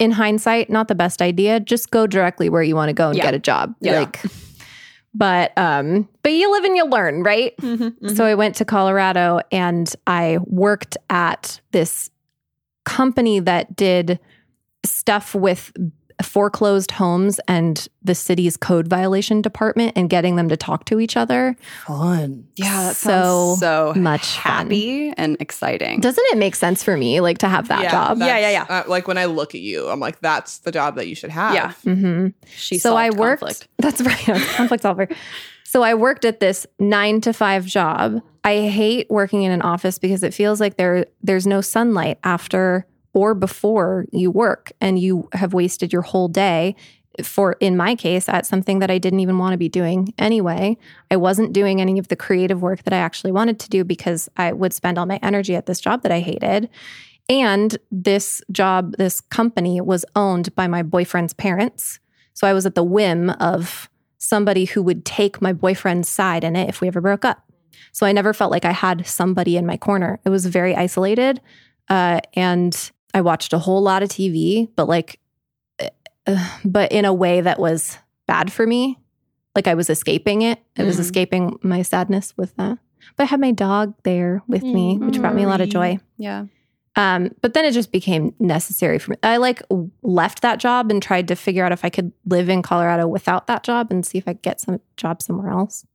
Speaker 2: In hindsight, not the best idea. Just go directly where you want to go and
Speaker 3: Yeah.
Speaker 2: get a job.
Speaker 1: Yeah.
Speaker 2: Like, but um, but you live and you learn, right?
Speaker 3: Mm-hmm.
Speaker 2: So I went to Colorado and I worked at this company that did stuff with foreclosed homes and the city's code violation department and getting them to talk to each other.
Speaker 1: Fun.
Speaker 3: Yeah, that
Speaker 2: So
Speaker 3: sounds so
Speaker 2: much fun.
Speaker 3: happy and exciting.
Speaker 2: Doesn't it make sense for me like to have that job?
Speaker 3: Yeah, yeah, yeah.
Speaker 1: Uh, like when I look at you, I'm like, that's the job that you should have.
Speaker 3: Yeah.
Speaker 2: Mhm.
Speaker 3: she
Speaker 2: so I
Speaker 3: solved
Speaker 2: worked.
Speaker 3: conflict.
Speaker 2: That's right. I was a conflict solver. So I worked at this nine to five job. I hate working in an office because it feels like there there's no sunlight after or before you work and you have wasted your whole day for in my case at something that I didn't even want to be doing anyway. I wasn't doing any of the creative work that I actually wanted to do because I would spend all my energy at this job that I hated. And this job, this company was owned by my boyfriend's parents. So I was at the whim of somebody who would take my boyfriend's side in it if we ever broke up. So I never felt like I had somebody in my corner. It was very isolated. Uh, and I watched a whole lot of TV, but like, uh, but in a way that was bad for me. Like I was escaping it. I was
Speaker 1: Mhm.
Speaker 2: escaping my sadness with that. But I had my dog there with me, which brought me a lot of joy.
Speaker 3: Yeah.
Speaker 2: Um, but then it just became necessary for me. I like w- left that job and tried to figure out if I could live in Colorado without that job and see if I could get some job somewhere else.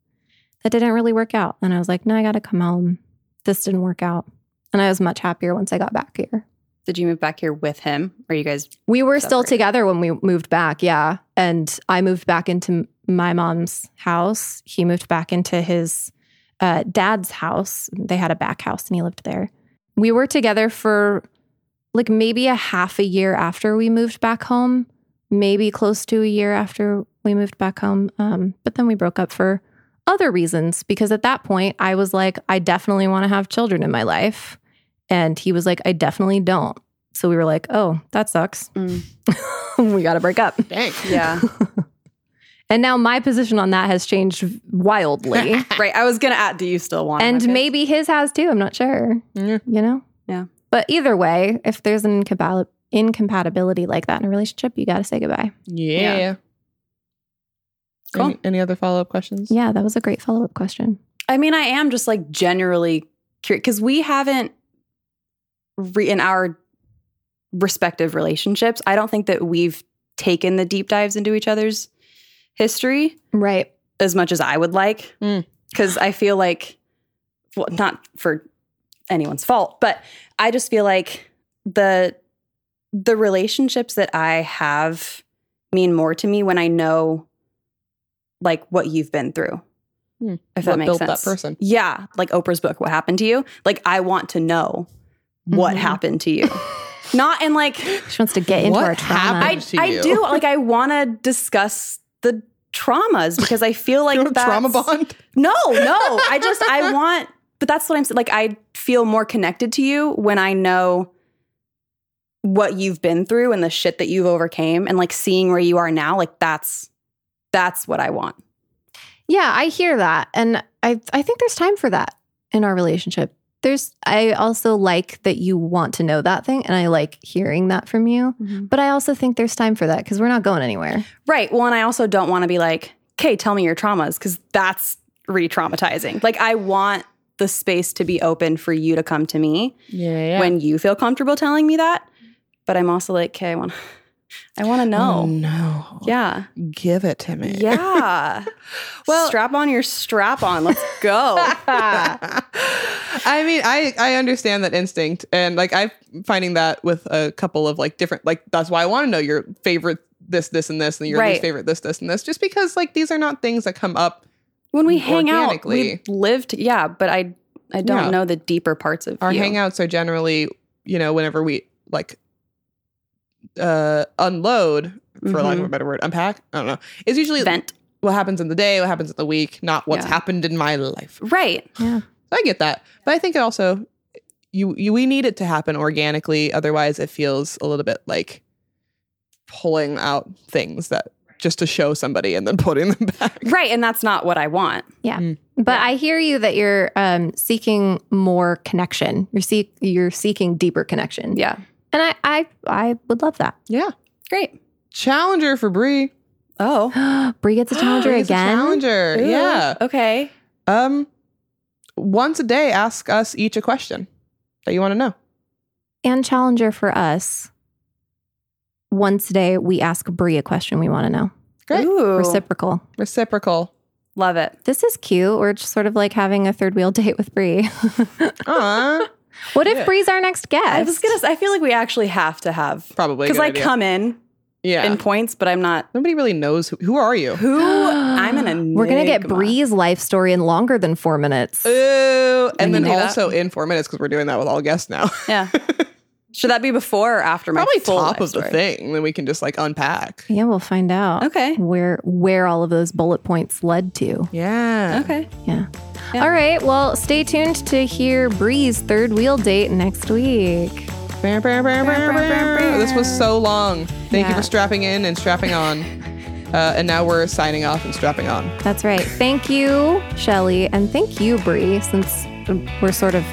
Speaker 2: That didn't really work out. And I was like, no, I got to come home. This didn't work out. And I was much happier once I got back here.
Speaker 3: Did you move back here with him? Or you guys?
Speaker 2: We were still
Speaker 3: Separated.
Speaker 2: together when we moved back. Yeah. And I moved back into m- my mom's house. He moved back into his uh, dad's house. They had a back house and he lived there. We were together for like maybe a half a year after we moved back home, maybe close to a year after we moved back home. Um, but then we broke up for other reasons because at that point I was like, I definitely want to have children in my life. And he was like, I definitely don't. So we were like, oh, that sucks. we got to break up.
Speaker 1: Dang.
Speaker 3: Yeah.
Speaker 2: And now my position on that has changed wildly.
Speaker 3: right. I was going to add, do you still want him
Speaker 2: and
Speaker 3: with you?
Speaker 2: maybe his has too. I'm not sure.
Speaker 1: Yeah.
Speaker 2: You know?
Speaker 3: Yeah.
Speaker 2: But either way, if there's an incompal- incompatibility like that in a relationship, you got to say goodbye.
Speaker 1: Yeah.
Speaker 3: Cool.
Speaker 1: Any, any other follow up questions?
Speaker 2: Yeah, that was a great follow up question.
Speaker 3: I mean, I am just like generally curious because we haven't re- in our respective relationships. I don't think that we've taken the deep dives into each other's history
Speaker 2: Right.
Speaker 3: as much as I would like
Speaker 1: Mm.
Speaker 3: because I feel like, well, not for anyone's fault, but I just feel like the the relationships that I have mean more to me when I know like what you've been through.
Speaker 1: Hmm. What
Speaker 3: If that makes
Speaker 1: built that
Speaker 3: sense.
Speaker 1: person.
Speaker 3: Yeah. Like Oprah's book, What Happened to You? Like I want to know what
Speaker 1: Mhm.
Speaker 3: happened to you. Not in like
Speaker 2: She wants to get into
Speaker 1: What
Speaker 2: our trauma.
Speaker 1: happened?
Speaker 3: I
Speaker 1: to
Speaker 3: I
Speaker 1: you.
Speaker 3: do like I wanna discuss the traumas because I feel like
Speaker 1: Do you have a trauma
Speaker 3: that's-
Speaker 1: bond?
Speaker 3: no, no. I just I want but that's what I'm saying. Like I feel more connected to you when I know what you've been through and the shit that you've overcame and like seeing where you are now, like that's that's what I want.
Speaker 2: Yeah, I hear that. And I I think there's time for that in our relationship. There's I also like that you want to know that thing and I like hearing that from you. But I also think there's time for that because we're not going anywhere.
Speaker 3: Right. Well, and I also don't want to be like, okay, tell me your traumas, because that's re traumatizing. Like I want the space to be open for you to come to me
Speaker 1: Yeah. yeah.
Speaker 3: when you feel comfortable telling me that. But I'm also like, okay, I want I wanna
Speaker 1: Oh,
Speaker 3: know.
Speaker 1: no.
Speaker 3: Yeah.
Speaker 1: Give it to me.
Speaker 3: Yeah.
Speaker 1: Well-
Speaker 3: well, strap on your strap on. Let's go.
Speaker 1: I mean, I I understand that instinct, and like I'm finding that with a couple of like different like that's why I want to know your favorite this this and this and your least
Speaker 3: Right.
Speaker 1: favorite this this and this just because like these are not things that come up.
Speaker 3: when we hang out, we
Speaker 1: Organically.
Speaker 3: live. To, yeah, but I I don't
Speaker 1: Yeah.
Speaker 3: know the deeper parts of
Speaker 1: Our
Speaker 3: you.
Speaker 1: hangouts are generally you know whenever we like uh unload for lack of a
Speaker 3: Mhm.
Speaker 1: better word unpack I don't know it's usually
Speaker 3: Vent.
Speaker 1: what happens in the day what happens in the week not what's
Speaker 3: Yeah.
Speaker 1: happened in my life
Speaker 3: Right.
Speaker 2: Yeah.
Speaker 1: So I get that, but I think it also you, you we need it to happen organically. Otherwise, it feels a little bit like pulling out things that just to show somebody and then putting them back.
Speaker 3: Right. And that's not what I want.
Speaker 2: But I hear you that you're um, seeking more connection. You're seek you're seeking deeper connection.
Speaker 3: Yeah.
Speaker 2: And I I, I would love that.
Speaker 1: Yeah,
Speaker 3: Great.
Speaker 1: challenger for Bree.
Speaker 3: Oh.
Speaker 2: Brie gets a challenger
Speaker 1: Bree's a
Speaker 2: again.
Speaker 1: challenger.
Speaker 3: Ooh,
Speaker 1: Yeah.
Speaker 3: Okay.
Speaker 1: Um, once a day, ask us each a question that you want to know.
Speaker 2: And challenger for us. Once a day, we ask Brie a question we want to know.
Speaker 1: Great.
Speaker 3: Ooh.
Speaker 2: Reciprocal.
Speaker 1: Reciprocal.
Speaker 3: Love it.
Speaker 2: This is cute. We're just sort of like having a third wheel date with Brie.
Speaker 1: Aw,
Speaker 2: what if
Speaker 1: Yeah.
Speaker 2: Brie's our next guest?
Speaker 3: I was gonna. say, I feel like we actually have to have
Speaker 1: probably a
Speaker 3: because
Speaker 1: good
Speaker 3: I
Speaker 1: idea.
Speaker 3: come in
Speaker 1: Yeah.
Speaker 3: in points, but I'm not
Speaker 1: Nobody really knows who, who are you.
Speaker 3: who I'm an enigma.
Speaker 2: We're gonna get Bree's life story in longer than four minutes.
Speaker 1: Ooh,
Speaker 3: can
Speaker 1: and then
Speaker 3: do that.
Speaker 1: also in four minutes because we're doing that with all guests now.
Speaker 3: Yeah. Should that be before or after my
Speaker 1: Probably
Speaker 3: full
Speaker 1: top
Speaker 3: life
Speaker 1: of the
Speaker 3: story?
Speaker 1: thing, then we can just like unpack.
Speaker 2: Yeah, we'll find out
Speaker 3: Okay.
Speaker 2: where where all of those bullet points led to.
Speaker 1: Yeah.
Speaker 3: Okay.
Speaker 2: Yeah.
Speaker 3: Yeah.
Speaker 2: All right. Well, stay tuned to hear Bree's third wheel date next week.
Speaker 1: Brr, brr, brr, brr, brr. This was so long. Thank you
Speaker 2: Yeah.
Speaker 1: for strapping in and strapping on. Uh, and now we're signing off and strapping on.
Speaker 2: That's right. Thank you, Shelly, and thank you, Bree, since we're sort of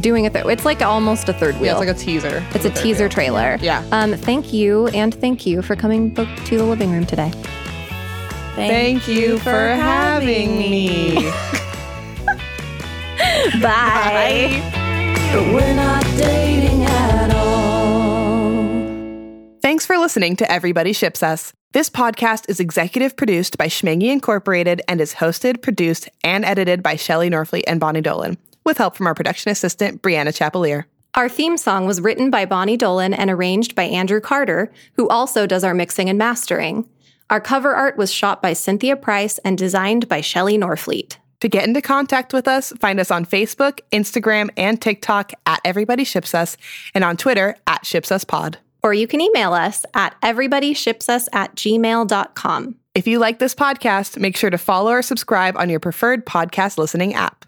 Speaker 2: doing it. Th- it's like almost a third
Speaker 1: Yeah,
Speaker 2: wheel.
Speaker 1: it's like a teaser.
Speaker 2: It's a teaser trailer.
Speaker 1: Yeah.
Speaker 2: Um, thank you, and thank you for coming book to the living room today.
Speaker 1: Thank you for having me.
Speaker 2: Bye.
Speaker 1: Thanks for listening to Everybody Ships Us. This podcast is executive produced by Schmangy Incorporated and is hosted, produced, and edited by Shelley Norfleet and Bonnie Dolan, with help from our production assistant, Brianna Chapelier.
Speaker 2: Our theme song was written by Bonnie Dolan and arranged by Andrew Carter, who also does our mixing and mastering. Our cover art was shot by Cynthia Price and designed by Shelley Norfleet.
Speaker 1: To get into contact with us, find us on Facebook, Instagram, and TikTok at Everybody Ships Us, and on Twitter at Ships Us Pod.
Speaker 2: Or you can email us at everybodyshipsus at gmail.com.
Speaker 1: If you like this podcast, make sure to follow or subscribe on your preferred podcast listening app.